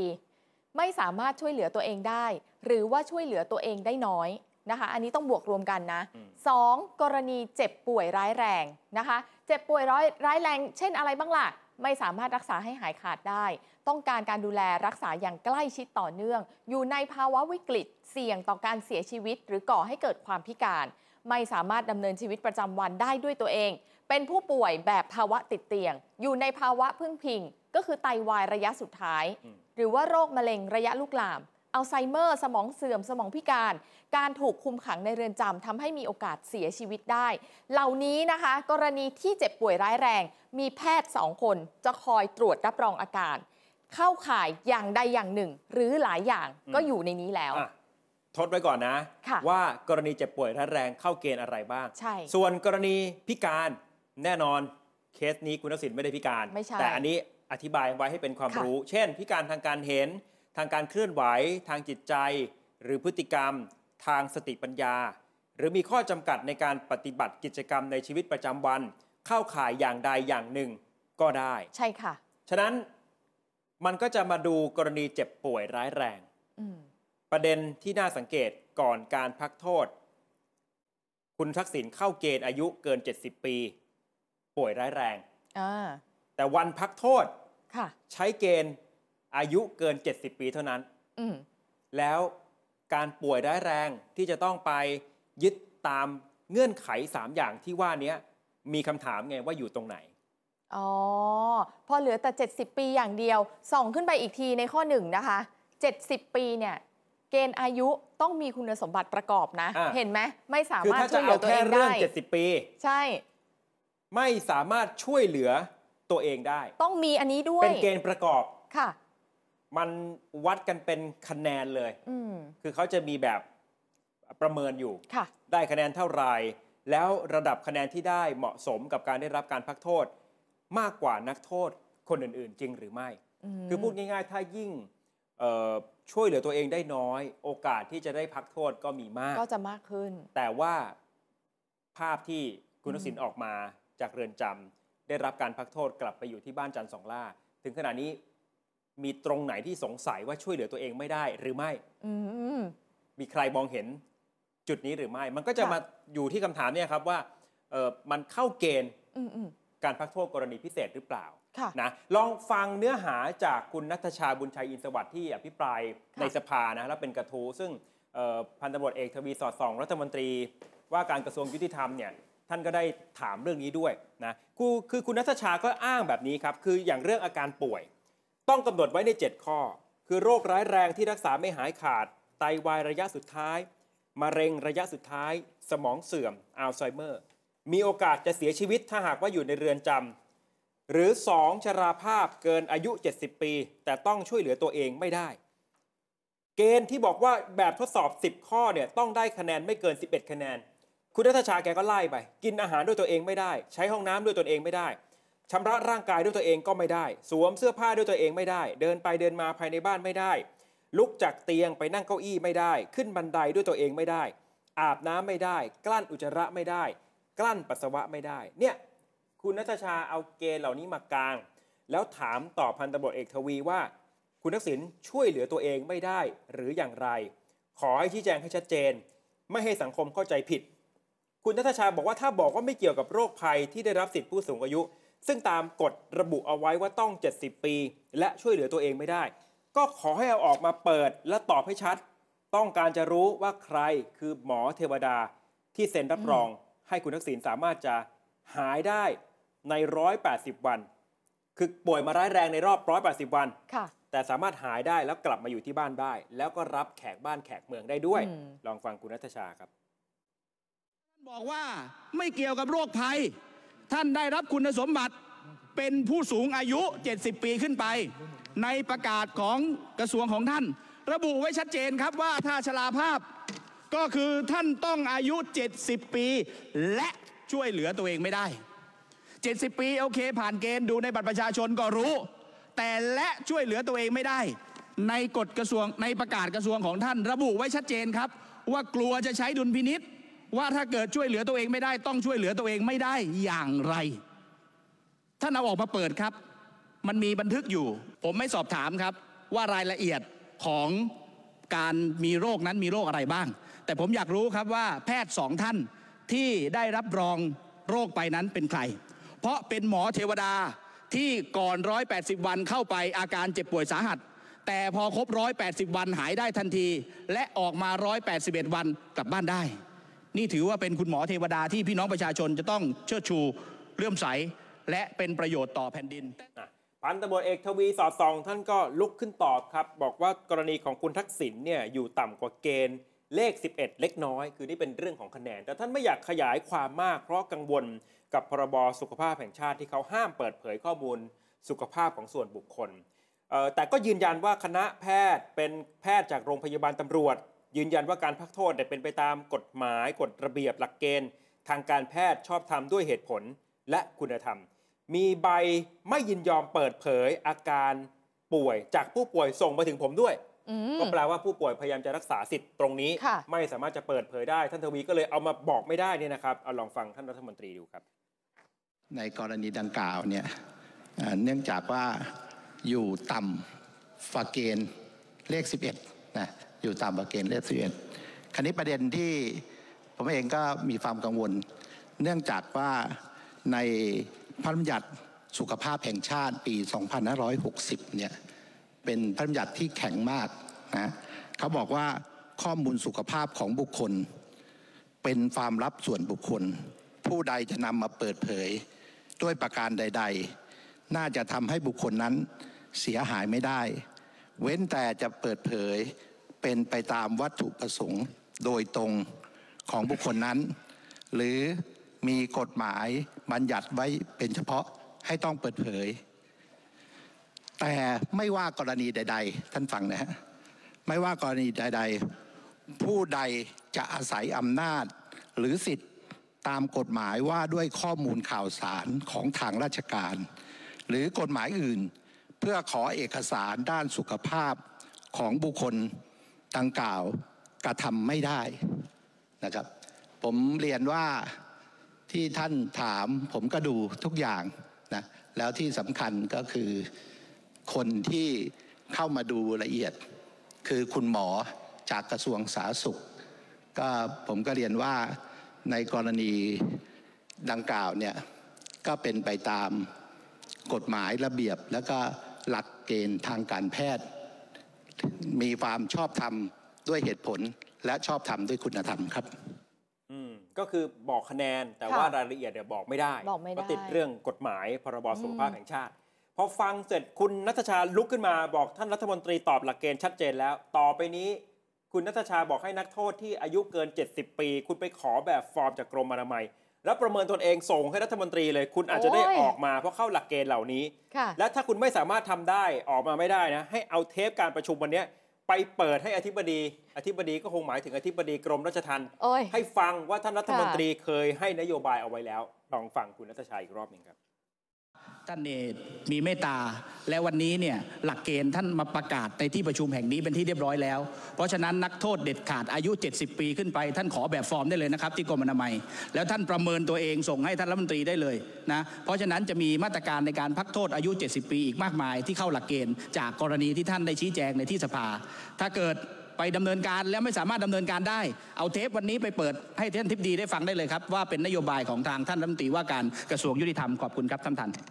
ไม่สามารถช่วยเหลือตัวเองได้ หรือว่าช่วยเหลือตัวเองได้น้อยนะคะ อันนี้ต้องบวกรวมกันนะ อืม สองกรณีเจ็บป่วยร้ายแรงนะคะ เจ็บป่วยร้ายร้ายแรง เช่นอะไรบ้างล่ะ ไม่สามารถรักษาให้หายขาดได้ ต้องการการดูแลรักษาอย่างใกล้ชิดต่อเนื่อง อยู่ในภาวะวิกฤต เสี่ยงต่อการเสียชีวิต หรือก่อให้เกิดความพิการ ไม่สามารถดำเนินชีวิตประจำวันได้ด้วยตัวเอง เป็นผู้ป่วยแบบภาวะติดเตียง อยู่ในภาวะพึ่งพิง ก็คือไตวายระยะสุดท้าย อืม หรือว่าโรคมะเร็งระยะลุกลาม อัลไซเมอร์ สมองเสื่อมสมองพิการ การถูกคุมขังในเรือนจำทำให้มีโอกาสเสียชีวิตได้ เหล่านี้นะคะ กรณีที่เจ็บป่วยร้ายแรง มีแพทย์สองคนจะคอยตรวจรับรองอาการ เข้าข่ายอย่างใดอย่างหนึ่ง หรือหลายอย่างก็อยู่ในนี้แล้ว อ่ะทดไว้ก่อนนะ ค่ะ ว่ากรณีเจ็บป่วยร้ายแรงเข้าเกณฑ์อะไรบ้าง ใช่ ส่วนกรณีพิการแน่นอนเคสนี้คุณทักษิณไม่ได้พิการ ไม่ใช่ แต่อันนี้อธิบายไว้ให้เป็นความ ค่ะ รู้ เช่น พิการทางการเห็น ทางการเคลื่อนไหว ทางจิตใจ หรือพฤติกรรม ทางสติปัญญา หรือมีข้อจำกัดในการปฏิบัติกิจกรรมในชีวิตประจำวัน เข้าข่ายอย่างใดอย่างหนึ่งก็ได้ ใช่ค่ะ ฉะนั้นมันก็จะมาดูกรณีเจ็บป่วยร้ายแรง อืม ประเด็นที่น่าสังเกตก่อนการพักโทษ คุณทักษิณเข้าเกณฑ์อายุเกิน 70 ปี ป่วยร้ายแรง อ่า แต่วันพักโทษ ค่ะ ใช้เกณฑ์อายุเกิน 70 ปีเท่านั้น อืม แล้วการป่วยร้ายแรงที่จะต้องไปยึดตามเงื่อนไข 3 อย่างที่ว่าเนี้ยมีคำถามไงว่าอยู่ตรงไหน อ๋อ พอเหลือแต่ 70 ปีอย่างเดียว ส่องขึ้นไปอีกทีในข้อหนึ่งนะคะ 70 ปีเนี่ย เกณฑ์อายุต้องมีคุณสมบัติประกอบนะ อ่ะ เห็นไหม ไม่สา คือ มารถ ถ้า ช่ จะ วยเหลื เอา อตัว แค่ เอง เรื่อง ได้ 70 ปี ใช่ ไม่สามารถช่วยเหลือตัวเองได้ ต้องมีอันนี้ด้วย เป็นเกณฑ์ประกอบ ค่ะ มันวัดกันเป็นคะแนนเลย อืม คือเขาจะมีแบบประเมินอยู่ ค่ะ ได้คะแนนเท่าไหร่แล้วระดับคะแนนที่ได้เหมาะสมกับการได้รับการพักโทษ มากกว่านักโทษคนอื่น ๆ จริงหรือไม่ ม คือพูดง่าย ๆ ถ้ายิ่งเอ่อช่วยเหลือตัวเองได้น้อย โอกาสที่จะได้พักโทษก็มีมาก ก็จะมากขึ้น แต่ว่าภาพที่คุณทักษิณออกมาจากเรือนจำได้รับการพักโทษกลับไปอยู่ที่บ้านจันทร์สองล่า ถึงขณะนี้มีตรงไหนที่สงสัยว่าช่วยเหลือตัวเองไม่ได้หรือไม่ อืม มีใครมองเห็นจุดนี้หรือไม่ มันก็จะ ค่ะ มาอยู่ที่คำถามเนี่ยครับว่าเอ่อมันเข้าเกณฑ์ อืมอืม การพักโทษกรณีพิเศษหรือเปล่า ค่ะ นะลองฟังเนื้อหาจากคุณนัทชาบุญชัยอินสวัสดิ์ที่อภิปราย ค่ะ ในสภานะแล้วเป็นกระทู้ซึ่งเอ่อพันตำรวจเอกทวีสอดส่อง รัฐมนตรี ว่าการกระทรวงยุติธรรมเนี่ยท่านก็ได้ถามเรื่องนี้ด้วยนะคือคือคุณนัทชาก็อ้างแบบนี้ครับคืออย่างเรื่องอาการป่วย ต้องกำหนดไว้ใน 7 ข้อ คือโรคร้ายแรงที่รักษาไม่หายขาด ไตวายระยะสุดท้าย มะเร็งระยะสุดท้าย สมองเสื่อม อัลไซเมอร์ มีโอกาสจะเสียชีวิตถ้าหากว่าอยู่ในเรือนจำ หรือ 2 ชราภาพเกินอายุ 70 ปี แต่ต้องช่วยเหลือตัวเองไม่ได้ เกณฑ์ที่บอกว่าแบบทดสอบ 10 ข้อเนี่ยต้องได้คะแนนไม่เกิน 11 คะแนน คุณรัฐชาแกก็ไล่ไป กินอาหารด้วยตัวเองไม่ได้ ใช้ห้องน้ำด้วยตนเองไม่ได้ชำระร่างกายด้วยตัวเองก็ไม่ได้ สวมเสื้อผ้าด้วยตัวเองไม่ได้ เดินไปเดินมาภายในบ้านไม่ได้ ลุกจากเตียงไปนั่งเก้าอี้ไม่ได้ ขึ้นบันไดด้วยตัวเองไม่ได้ อาบน้ำไม่ได้ กลั้นอุจจาระไม่ได้ กลั้นปัสสาวะไม่ได้ เนี่ย คุณนัทชาเอาเกณฑ์เหล่านี้มากลาง แล้วถามต่อพันตำรวจเอกทวีว่า คุณทักษิณช่วยเหลือตัวเองไม่ได้หรืออย่างไร ขอให้ชี้แจงให้ชัดเจน ไม่ให้สังคมเข้าใจผิด คุณนัทชาบอกว่าถ้าบอกว่าไม่เกี่ยวกับโรคภัยที่ได้รับสิทธิผู้สูงอายุ ซึ่งตามกฎระบุเอาไว้ว่าต้อง 70 ปี และช่วยเหลือตัวเองไม่ได้ ก็ขอให้เอาออกมาเปิดและตอบให้ชัด ต้องการจะรู้ว่าใครคือหมอเทวดาที่เซ็นรับรอง ให้คุณทักษิณสามารถจะหายได้ใน 180 วัน คือป่วยมาร้ายแรงในรอบ 180 วัน ค่ะ แต่สามารถหายได้แล้วกลับมาอยู่ที่บ้านได้ แล้วก็รับแขกบ้านแขกเมืองได้ด้วย อืม ลองฟังคุณนัทชาครับ บอกว่าไม่เกี่ยวกับโรคภัย ท่านได้รับคุณสมบัติเป็นผู้สูงอายุ 70 ปีขึ้นไป ในประกาศของกระทรวงของท่าน ระบุไว้ชัดเจนครับว่าถ้าชราภาพ ก็คือท่านต้องอายุ 70 ปี และช่วยเหลือตัวเองไม่ได้ 70 ปีโอเค ผ่านเกณฑ์ดูในบัตรประชาชนก็รู้ แต่และช่วยเหลือตัวเองไม่ได้ ในกฎกระทรวงในประกาศกระทรวงของท่าน ระบุไว้ชัดเจนครับ ว่ากลัวจะใช้ดุลพินิษว่าถ้าเกิดช่วยเหลือตัวเองไม่ได้ ต้องช่วยเหลือตัวเองไม่ได้อย่างไร ท่านเอาออกมาเปิดครับ มันมีบันทึกอยู่ ผมไม่สอบถามครับ ว่ารายละเอียดของการมีโรคนั้นมีโรคอะไรบ้าง แต่ผมอยากรู้ครับว่าแพทย์สองท่านที่ได้รับรองโรคไปนั้นเป็นใคร เพราะเป็นหมอเทวดาที่ก่อน 180 วันเข้าไปอาการเจ็บป่วยสาหัส แต่พอครบ 180 วันหายได้ทันที และออกมา 181 วันกลับบ้านได้ นี่ถือว่าเป็นคุณหมอเทวดาที่พี่น้องประชาชนจะต้องเชิดชูเลื่อมใส และเป็นประโยชน์ต่อแผ่นดิน อ่ะพันตำรวจเอกทวีสอดส่องท่านก็ลุกขึ้นตอบครับ บอกว่ากรณีของคุณทักษิณเนี่ยอยู่ต่ำกว่าเกณฑ์เลข 11 เล็กน้อย คือนี่เป็นเรื่องของคะแนน แต่ท่านไม่อยากขยายความมากเพราะกังวลกับพรบสุขภาพแห่งชาติที่เขาห้ามเปิดเผยข้อมูลสุขภาพของส่วนบุคคลเอ่อแต่ก็ยืนยันว่าคณะแพทย์เป็นแพทย์จากโรงพยาบาลตำรวจ ยืนยันว่าการพักโทษเนี่ยเป็นไปตามกฎหมายกฎระเบียบหลักเกณฑ์ ทางการแพทย์ชอบทำด้วยเหตุผลและคุณธรรม มีใบไม่ยินยอมเปิดเผยอาการป่วยจากผู้ป่วยส่งมาถึงผมด้วย อืม ก็แปลว่าผู้ป่วยพยายามจะรักษาสิทธิ์ตรงนี้ ค่ะ ไม่สามารถจะเปิดเผยได้ ท่านทวีก็เลยเอามาบอกไม่ได้เนี่ยนะครับเอาลองฟังท่านรัฐมนตรีดูครับ ในกรณีดังกล่าวเนี่ยเอ่อเนื่องจากว่าอยู่ต่ำฝาเกณฑ์เลข 11นะอยู่ต่ำฝาเกณฑ์เลข 11 คราวนี้ประเด็นที่ผมเองก็มีความกังวล เนื่องจากว่าในพระราชบัญญัติสุขภาพแห่งชาติปี 2560 เนี่ย เป็นพระบัญญัติที่แข็งมากนะเขาบอกว่าข้อมูลสุขภาพของบุคคล เป็นความลับส่วนบุคคล ผู้ใดจะนำมาเปิดเผย ด้วยประการใด ๆ น่าจะทำให้บุคคลนั้นเสียหายไม่ได้ เว้นแต่จะเปิดเผย เป็นไปตามวัตถุประสงค์โดยตรงของบุคคลนั้น หรือมีกฎหมายบัญญัติไว้เป็นเฉพาะให้ต้องเปิดเผย แต่ไม่ว่ากรณีใด ๆ ท่านฟังนะฮะไม่ว่ากรณีใด ๆ ผู้ใดจะอาศัยอำนาจหรือสิทธิ์ตามกฎหมายว่าด้วยข้อมูลข่าวสารของทางราชการ หรือกฎหมายอื่น เพื่อขอเอกสารด้านสุขภาพของบุคคลดังกล่าวกระทำไม่ได้นะครับ ผมเรียนว่า ที่ท่านถามผมก็ดูทุกอย่างนะแล้วที่สำคัญก็คือคนที่เข้ามาดูละเอียด คือคุณหมอจากกระทรวงสาธารณสุข ก็ผมก็เรียนว่าในกรณีดังกล่าวเนี่ย ก็เป็นไปตามกฎหมายระเบียบ แล้วก็หลักเกณฑ์ทางการแพทย์ มีความชอบธรรมด้วยเหตุผลและชอบธรรมด้วยคุณธรรมครับ อืมก็คือบอกคะแนนแต่ ค่ะ ว่ารายละเอียดเนี่ยบอกไม่ได้ บอกไม่ได้ เพราะติดเรื่องกฎหมายพรบ อืม สุขภาพแห่งชาติ พอฟังเสร็จคุณนัทชาลุกขึ้นมาบอกท่านรัฐมนตรีตอบหลักเกณฑ์ชัดเจนแล้ว ต่อไปนี้ คุณนัทชาบอกให้นักโทษที่อายุเกิน 70 ปี คุณไปขอแบบฟอร์มจากกรมอนามัย แล้วประเมินตนเองส่งให้รัฐมนตรีเลย คุณอาจจะได้ออกมาเพราะเข้าหลักเกณฑ์เหล่านี้ ค่ะ และถ้าคุณไม่สามารถทำได้ออกมาไม่ได้นะ ให้เอาเทปการประชุมวันเนี้ย ไปเปิดให้อธิบดี อธิบดีก็คงหมายถึงอธิบดีกรมราชทัณฑ์ โอ้ย ให้ฟังว่าท่านรัฐมนตรีเคยให้นโยบายเอาไว้แล้ว ลองฟังคุณนัทชัยอีกรอบหนึ่งครับ ท่านเนี่ยมีเมตตาและวันนี้เนี่ยหลักเกณฑ์ท่านมาประกาศในที่ประชุมแห่งนี้เป็นที่เรียบร้อยแล้ว เพราะฉะนั้นนักโทษเด็ดขาดอายุ 70 ปีขึ้นไป ท่านขอแบบฟอร์มได้เลยนะครับ ที่กรมอนามัย แล้วท่านประเมินตัวเองส่งให้ท่านรัฐมนตรีได้เลยนะเพราะฉะนั้นจะมีมาตรการในการพักโทษอายุ 70 ปีอีกมากมาย ที่เข้าหลักเกณฑ์จากกรณีที่ท่านได้ชี้แจงในที่สภา ถ้าเกิดไปดำเนินการแล้วไม่สามารถดำเนินการได้ เอาเทปวันนี้ไปเปิดให้ท่านทิบดีได้ฟังได้เลยครับว่าเป็นนโยบายของทางท่านรัฐมนตรีว่าการกระทรวงยุติธรรมขอบคุณครับท่านประธาน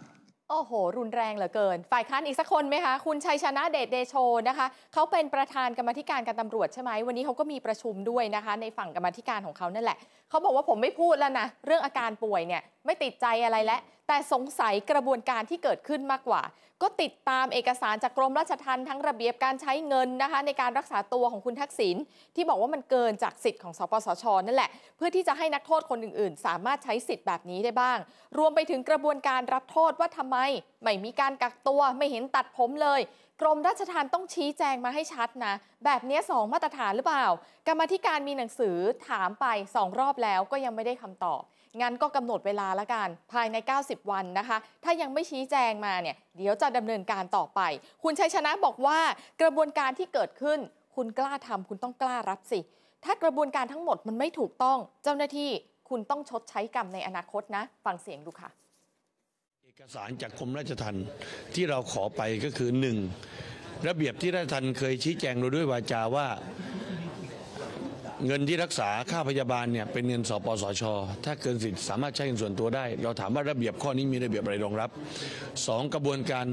โอ้โห รุนแรงเหลือเกิน ฝ่ายค้านอีกสักคนไหมคะ คุณชัยชนะเดชเดโชนะคะ เขาเป็นประธานกรรมาธิการการตำรวจใช่ไหม วันนี้เขาก็มีประชุมด้วยนะคะ ในฝั่งกรรมาธิการของเขานั่นแหละ เขาบอกว่าผมไม่พูดแล้วนะ เรื่องอาการป่วยเนี่ย ไม่ติดใจอะไรแล้ว แต่สงสัยกระบวนการที่เกิดขึ้นมากกว่า ก็ติดตามเอกสารจากกรมราชทัณฑ์ทั้งระเบียบการใช้เงินนะคะ ในการรักษาตัวของคุณทักษิณที่บอกว่ามันเกินจากสิทธิ์ของสปสชนั่นแหละ เพื่อที่จะให้นักโทษคนอื่นๆ สามารถใช้สิทธิ์แบบนี้ได้บ้าง รวมไปถึงกระบวนการรับโทษว่าทำไม ไม่มีการกักตัวไม่เห็นตัดผมเลย กรมราชทัณฑ์ต้องชี้แจงมาให้ชัดนะ แบบเนี้ยสองมาตรฐานหรือเปล่า กรรมาธิการมีหนังสือถามไปสองรอบแล้วก็ยังไม่ได้คำตอบ งั้นก็กำหนดเวลาละกัน ภายใน 90 วันนะคะ ถ้ายังไม่ชี้แจงมาเนี่ย เดี๋ยวจะดำเนินการต่อไป คุณชัยชนะบอกว่ากระบวนการที่เกิดขึ้น คุณกล้าทำคุณต้องกล้ารับสิ ถ้ากระบวนการทั้งหมดมันไม่ถูกต้อง เจ้าหน้าที่คุณต้องชดใช้กรรมในอนาคตนะ ฟังเสียงดูค่ะ เอกสารจากกรมราชทัณฑ์ที่เราขอไปก็คือหนึ่งระเบียบที่ราชทัณฑ์เคยชี้แจงเราด้วยวาจาว่า เงินที่รักษาค่าพยาบาลเนี่ยเป็นเงินสปสช ถ้าเกินสิทธิ์สามารถใช้เงินส่วนตัวได้ เราถามว่าระเบียบข้อนี้มีระเบียบอะไรรองรับสองกระบวนการ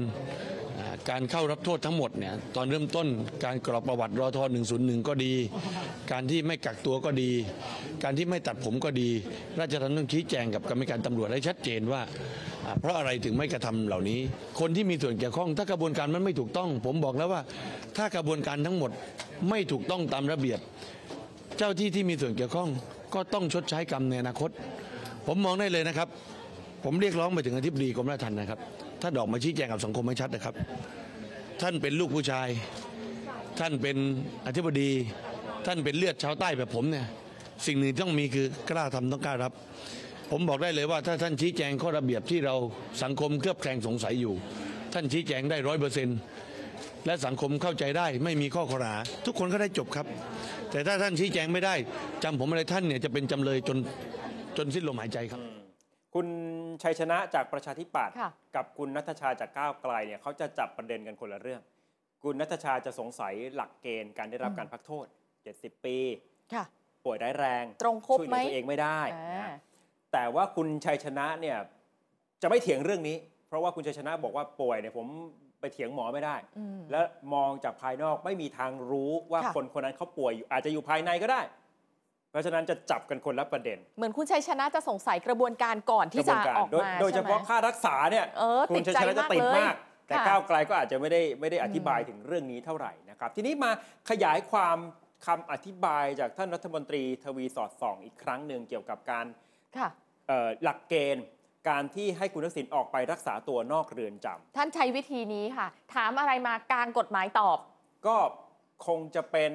อ่าการเข้ารับโทษทั้งหมดเนี่ยตอนเริ่มต้นการกรอกประวัติรอทอ101 ก็ดี การที่ไม่กักตัวก็ดี การที่ไม่ตัดผมก็ดี ราชทัณฑ์ต้องชี้แจงกับกรรมการตำรวจให้ชัดเจนว่าอ่า เพราะอะไรถึงไม่กระทำเหล่านี้ คนที่มีส่วนเกี่ยวข้อง ถ้ากระบวนการมันไม่ถูกต้อง ผมบอกแล้วว่า ถ้ากระบวนการทั้งหมดไม่ถูกต้องตามระเบียบ เจ้าที่ที่มีส่วนเกี่ยวข้องก็ต้องชดใช้กรรมในอนาคต ผมมองได้เลยนะครับ ผมเรียกร้องไปถึงอธิบดีกรมราชทัณฑ์นะครับท่านออกมาชี้แจงกับสังคมให้ชัดนะครับ ท่านเป็นลูกผู้ชาย ท่านเป็นอธิบดี ท่านเป็นเลือดชาวใต้แบบผมเนี่ยสิ่งหนึ่งที่ต้องมีคือกล้าทำต้องกล้ารับ ผมบอกได้เลยว่าถ้าท่านชี้แจงข้อระเบียบที่เราสังคมเคลือบแคลงสงสัยอยู่ ท่านชี้แจงได้ร้อยเปอร์เซ็นต์ และสังคมเข้าใจได้ไม่มีข้อขอหาทุกคนก็ได้จบครับ แต่ถ้าท่านชี้แจงไม่ได้จำผมอะไรท่านเนี่ยจะเป็นจำเลยจนจนสิ้นลมหายใจครับ คุณชัยชนะจากประชาธิปัตย์ ค่ะ กับคุณนัทชาจากก้าวไกลเนี่ยเขาจะจับประเด็นกันคนละเรื่อง คุณนัทชาจะสงสัยหลักเกณฑ์การได้รับการพักโทษ 70 ปี ค่ะ ป่วยร้ายแรง ตรงครบ ช่วยเห ไหม ลือตัวเองไม่ได้ อ่า นะแต่ว่าคุณชัยชนะเนี่ยจะไม่เถียงเรื่องนี้ เพราะว่าคุณชัยชนะบอกว่าป่วยเนี่ยผมไปเถียงหมอไม่ได้ อืม และมองจากภายนอกไม่มีทางรู้ว่า ค่ะ คนคนนั้นเขาป่วยอยู่อาจจะอยู่ภายในก็ได้ เพราะฉะนั้นจะจับกันคนละประเด็น เหมือนคุณชัยชนะจะสงสัยกระบวนการก่อนที่จะออก โดย มา โดยเฉ ใช่ไหม พาะค่ารักษาเนี่ย เออ คุณ ติ ชัย ดชใจนะจะติดมาก มากเลย แต่ ค่ะ ก้าวไกลก็อาจจะไม่ได้ไม่ได้อธิบายถึงเรื่องนี้เท่าไหร่นะครับ ทีนี้มาขยายความคำอธิบายจากท่านรัฐมนตรีทวีสอดส่องอีกครั้งหนึ่งเกี่ยวกับการ ค่ะ เอ่อหลักเกณฑ์การที่ให้คุณทักษิณออกไปรักษาตัวนอกเรือนจำ ท่านใช้วิธีนี้ค่ะ ถามอะไรมากลางกฎหมายตอบ ก็คงจะเป็น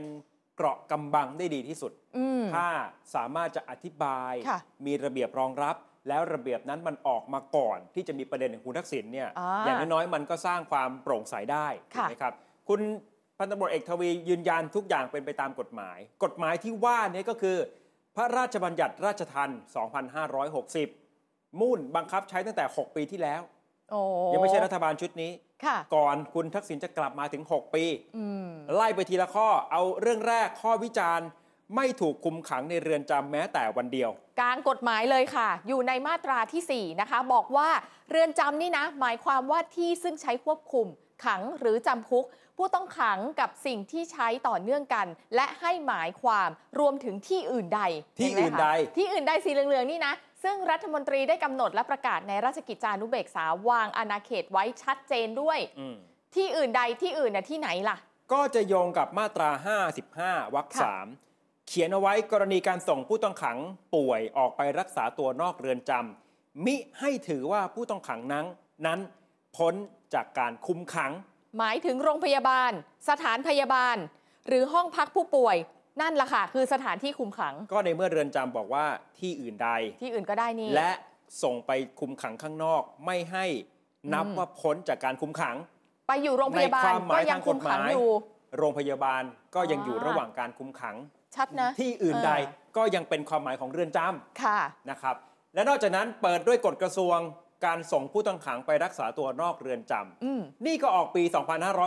เกราะกำบังได้ดีที่สุด อืม ถ้าสามารถจะอธิบาย ค่ะ มีระเบียบรองรับ แล้วระเบียบนั้นมันออกมาก่อน ที่จะมีประเด็นของคุณทักษิณเนี่ย อ่า อย่างน้อยๆมันก็สร้างความโปร่งใสได้ ค่ะ ถูกไหมครับ คุณพันตำรวจเอกทวียืนยันทุกอย่างเป็นไปตามกฎหมาย กฎหมายที่ว่าเนี้ก็คือ พระราชบัญญัติราชทัณฑ์2560 มุ่นบังคับใช้ตั้งแต่ 6 ปีที่แล้ว โอ้ ยังไม่ใช่รัฐบาลชุดนี้ ค่ะ ก่อนคุณทักษิณจะกลับมาถึง 6 ปี อืม ไล่ไปทีละข้อเอาเรื่องแรกข้อวิจารณ์ ไม่ถูกคุมขังในเรือนจำแม้แต่วันเดียว กลางกฎหมายเลยค่ะ อยู่ในมาตราทีสี่ 4 นะคะ บอกว่าเรือนจำนี่นะ หมายความว่าที่ซึ่งใช้ควบคุม ขังหรือจำคุก ผู้ต้องขังกับสิ่งที่ใช้ต่อเนื่องกัน และให้หมายความรวมถึงที่อื่นใด ที่อื่นใด เห็ไหมคะที่อื่นใดสีเหลืองๆนี่นะ ซึ่งรัฐมนตรีได้กำหนดและประกาศในราชกิจจานุเบกษาวางอาณาเขตไว้ชัดเจนด้วย อืม ที่อื่นใดที่อื่นน่ะที่ไหนล่ะ ก็จะโยงกับมาตรา 55วรรค ค่ะ สามเขียนเอาไว้กรณีการส่งผู้ต้องขังป่วยออกไปรักษาตัวนอกเรือนจำมิให้ถือว่าผู้ต้องขังนั้นนั้นพ้นจากการคุมขัง หมายถึงโรงพยาบาล สถานพยาบาล หรือห้องพักผู้ป่วย นั่นล่ะค่ะ คือสถานที่คุมขัง ก็ในเมื่อเรือนจำบอกว่าที่อื่นใด ที่อื่นก็ได้นี่ และส่งไปคุมขังข้างนอกไม่ให้นับ อืม ว่าพ้นจากการคุมขัง ไปอยู่โรงพยาบาล ในความหมาย ก็ยังคุมทาขังงกฎหมาย อยู่ โรงพยาบาลก็ยัง อ่า อยู่ระหว่างการคุมขัง ชัดนะ ที่อื่นใด เออ ก็ยังเป็นความหมายของเรือนจำ ค่ะ นะครับและนอกจากนั้นเปิดด้วยกฎกระทรวงการส่งผู้ต้องขังไปรักษาตัวนอกเรือนจำ อืม นี่ก็ออกปี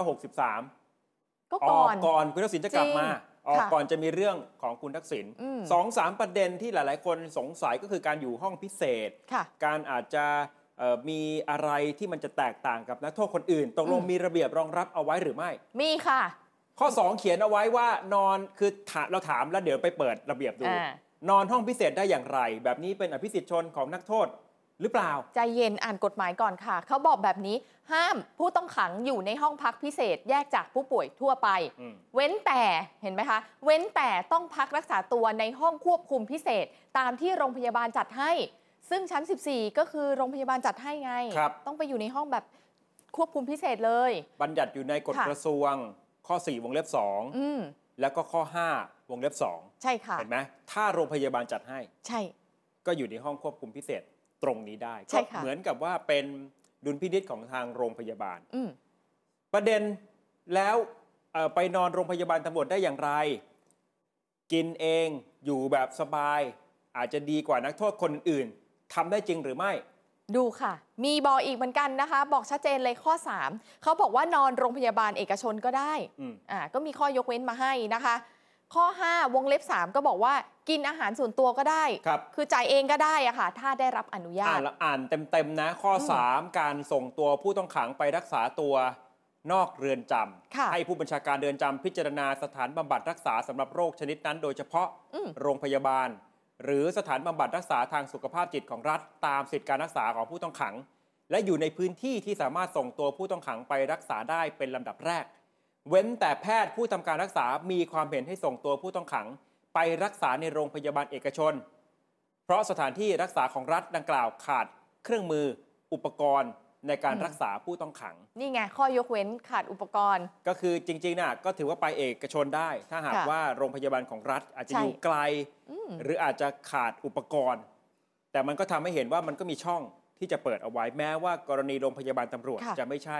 2563 ก็ อ ก่ อ อก น ก่อนคุณทักษิณจะกลับมา จริง ออก ค่ะ ก่อนจะมีเรื่องของคุณทักษิณ อืม สองสามประเด็นที่หลาย ๆ คนสงสัยก็คือการอยู่ห้องพิเศษ ค่ะ การอาจจะเอ่อมีอะไรที่มันจะแตกต่างกับนักโทษคนอื่นตกลง อืม มีระเบียบรองรับเอาไว้หรือไม่ มีค่ะ ข้อ 2 เขียนเอาไว้ว่านอนคือถามเราถามแล้วเดี๋ยวไปเปิดระเบียบดู อ่าน อนห้องพิเศษได้อย่างไร แบบนี้เป็นอภิสิทธิชนของนักโทษหรือเปล่า ใจเย็นอ่านกฎหมายก่อนค่ะ เขาบอกแบบนี้ห้ามผู้ต้องขังอยู่ในห้องพักพิเศษแยกจากผู้ป่วยทั่วไป อืม เว้นแต่เห็นไหมคะ เว้นแต่ต้องพักรักษาตัวในห้องควบคุมพิเศษ ตามที่โรงพยาบาลจัดให้ ซึ่งชั้น 14 ก็คือโรงพยาบาลจัดให้ไง ครับ ต้องไปอยู่ในห้องแบบควบคุมพิเศษเลย บัญญัติอยู่ในกฎ ค่ะ กระทรวงข้อ 4 วงเล็บ อืม 2 แล้วก็ข้อ 5 วงเล็บ ใช่ 2 ค่ะ เห็นไหมถ้าโรงพยาบาลจัดให้ ใช่ ก็อยู่ในห้องควบคุมพิเศษตรงนี้ได้ ใช่ ก็ ค่ะ เหมือนกับว่าเป็นดุลพินิษของทางโรงพยาบาล อืม ประเด็นแล้วเอ่อไปนอนโรงพยาบาลตำรวจได้อย่างไร กินเองอยู่แบบสบาย อาจจะดีกว่านักโทษคนอื่นทำได้จริงหรือไม่ ดูค่ะ มีบอกอีกเหมือนกันนะคะ บอกชัดเจนเลยข้อ 3 เขาบอกว่านอนโรงพยาบาลเอกชนก็ได้ อืม อ่าก็มีข้อยกเว้นมาให้นะคะ ข้อ 5 วงเล็บ 3 ก็บอกว่ากินอาหารส่วนตัวก็ได้ ครับ คือจ่ายเองก็ได้อะค่ะ ถ้าได้รับอนุญา อ่า ต นแล้วอ่านเต็ม ๆ นะ ข้อ อืม 3 การส่งตัวผู้ต้องขังไปรักษาตัวนอกเรือนจ ค่ะ ำให้ผู้บัญชาการเรือนจำพิจารณาสถานบำบัดรักษาสำหรับโรคชนิดนั้น โดยเฉพาะ อืม โรงพยาบาล หรือสถานบำบัดรักษาทางสุขภาพจิตของรัฐ ตามสิทธิการรักษาของผู้ต้องขัง และอยู่ในพื้นที่ที่สามารถส่งตัวผู้ต้องขังไปรักษาได้เป็นลำดับแรก เว้นแต่แพทย์ผู้ทำการรักษา มีความเห็นให้ส่งตัวผู้ต้องขัง ไปรักษาในโรงพยาบาลเอกชน เพราะสถานที่รักษาของรัฐดังกล่าวขาดเครื่องมืออุปกรณ์ในการ อืม รักษาผู้ต้องขัง นี่ไง ข้อยกเว้นขาดอุปกรณ์ ก็คือจริงๆน่ะก็ถือว่าไปเอกชนได้ ถ้าหาก ค่ะ ว่าโรงพยาบาลของรัฐ อาจจะอใช่ยู่ไกล อืม หรืออาจจะขาดอุปกรณ์ แต่มันก็ทำให้เห็นว่ามันก็มีช่องที่จะเปิดเอาไว้แม้ว่ากรณีโรงพยาบาลตำรวจ ค่ะ จะไม่ใช่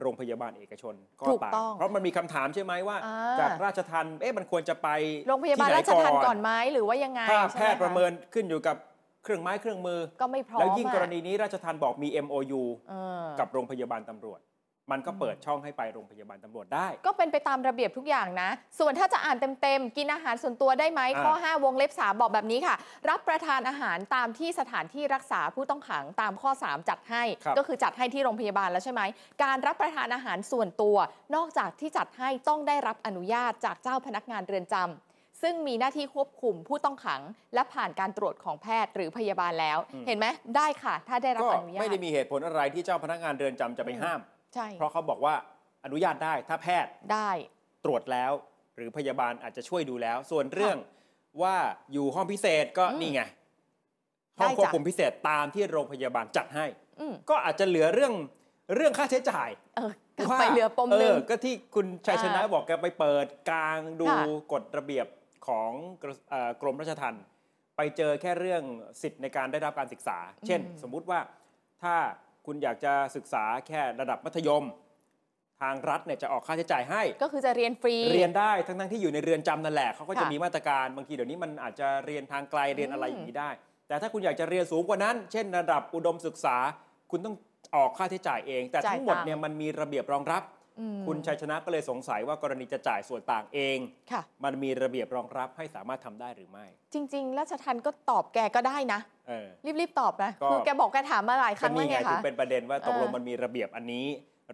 โรงพยาบาลเอกชนก็ ถูก ตาม ต้อง เพราะมันมีคำถามใช่ไหมว่า อ่า จากราชทันเอ๊ะมันควรจะไป โรงพยาบาล ที่ไหน ราชทันก่อนไหมหรือว่ายังไง ถ้า ใช่ไห แพทย์ประเมินขึ้นอยู่กับเครื่องไม้เครื่องมือ ก็ไม่พร้อม แล้วยิ่งกรณี อะ นี้ราชทันบอกมี MOU เออ กับโรงพยาบาลตำรวจ มันก็เปิดช่องให้ไปโรงพยาบาลตำรวจได้ ก็เป็นไปตามระเบียบทุกอย่างนะ ส่วนถ้าจะอ่านเต็มๆ กินอาหารส่วนตัวได้ไหม อ่า ข้อ 5 วงเล็บ 3 บอกแบบนี้ค่ะ รับประทานอาหารตามที่สถานที่รักษาผู้ต้องขังตามข้อ 3 จัดให้ ครับ ก็คือจัดให้ที่โรงพยาบาลแล้วใช่ไหม การรับประทานอาหารส่วนตัว นอกจากที่จัดให้ต้องได้รับอนุญาตจากเจ้าพนักงานเรือนจำซึ่งมีหน้าที่ควบคุมผู้ต้องขัง และผ่านการตรวจของแพทย์หรือพยาบาลแล้ว อืม เห็นไหมได้ค่ะ ถ้าได้รับ ก็ อนุญาต ไม่ได้มีเหตุผลอะไรที่เจ้าพนักงานเรือนจำจะไปห้าม ใช่ เพราะเขาบอกว่าอนุญาตได้ถ้าแพทย์ ได้ ตรวจแล้ว หรือพยาบาลอาจจะช่วยดูแล้ว ส่วนเรื่องว่าอยู่ห้องพิเศษก็ อืม นี่ไง ได้ ห้องควบ จ้ะ คุมพิเศษตามที่โรงพยาบาลจัดให้ อืม ก็อาจจะเหลือเรื่องเรื่องค่าใช้จ่าย เออกลับ ว่า ไปเหลือปมหนึ่ง เออก็ที่คุณชัยชนะ อ่า บอกแกไปเปิดกลางดู ค่ะ กฎระเบียบของกระเอ่อกรมราชทัณฑ์ไปเจอแค่เรื่องสิทธิ์ในการได้รับการศึกษา เช่น สมมุติว่าถ้าคุณอยากจะศึกษาแค่ระดับมัธยม ทางรัฐเนี่ยจะออกค่าใช้จ่ายให้ ก็คือจะเรียนฟรี เรียนได้ทั้งทั้งๆที่อยู่ในเรือนจำนั่นแหละเขาก็จะ ค่ะ มีมาตรการบางทีเดี๋ยวนี้มันอาจจะเรียนทางไกลเรียนอะไร อืม อย่างนี้ได้ แต่ถ้าคุณอยากจะเรียนสูงกว่านั้น เช่น ระดับอุดมศึกษา คุณต้องออกค่าใช้จ่ายเอง แต่ทั้งหมดเนี่ยมันมีระเบียบรองรับ อืม คุณชัยชนะก็เลยสงสัยว่ากรณีจะจ่ายส่วนต่างเอง ค่ะ มันมีระเบียบรองรับให้สามารถทำได้หรือไม่ จริง ๆ ราชทันก็ตอบแกก็ได้นะ เออ รีบ ๆ ตอบนะ ก็ คือแกบอกแกถามมาหลายค ก็ รั้งแล้ว นี่ไง ไง ถึ คะ งเป็นประเด็นว่าตกลง เออ มันมีระเบียบอันนี้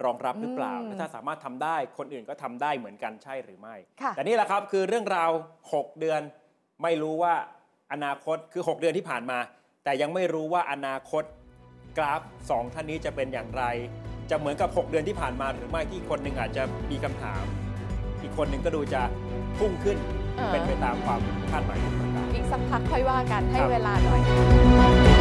รองรับหรือเปล่า อืม และถ้าสามารถทำได้คนอื่นก็ทำได้เหมือนกันใช่หรือไม่ ค่ะ แต่นี่แหละครับคือเรื่องราว 6 เดือน ไม่รู้ว่าอนาคตคือ 6 เดือนที่ผ่านมา แต่ยังไม่รู้ว่าอนาคตกราฟ 2 ท่านนี้จะเป็นอย่างไร จะเหมือนกับ 6 เดือนที่ผ่านมาหรือไม่ที่คนหนึ่งอาจจะมีคำถาม อีกคนหนึ่งก็ดูจะพุ่งขึ้น เออ เป็นไปตามความคาดหมายของประการ อีกสักพักค่อยว่ากันให้ ครับ เวลาหน่อย ค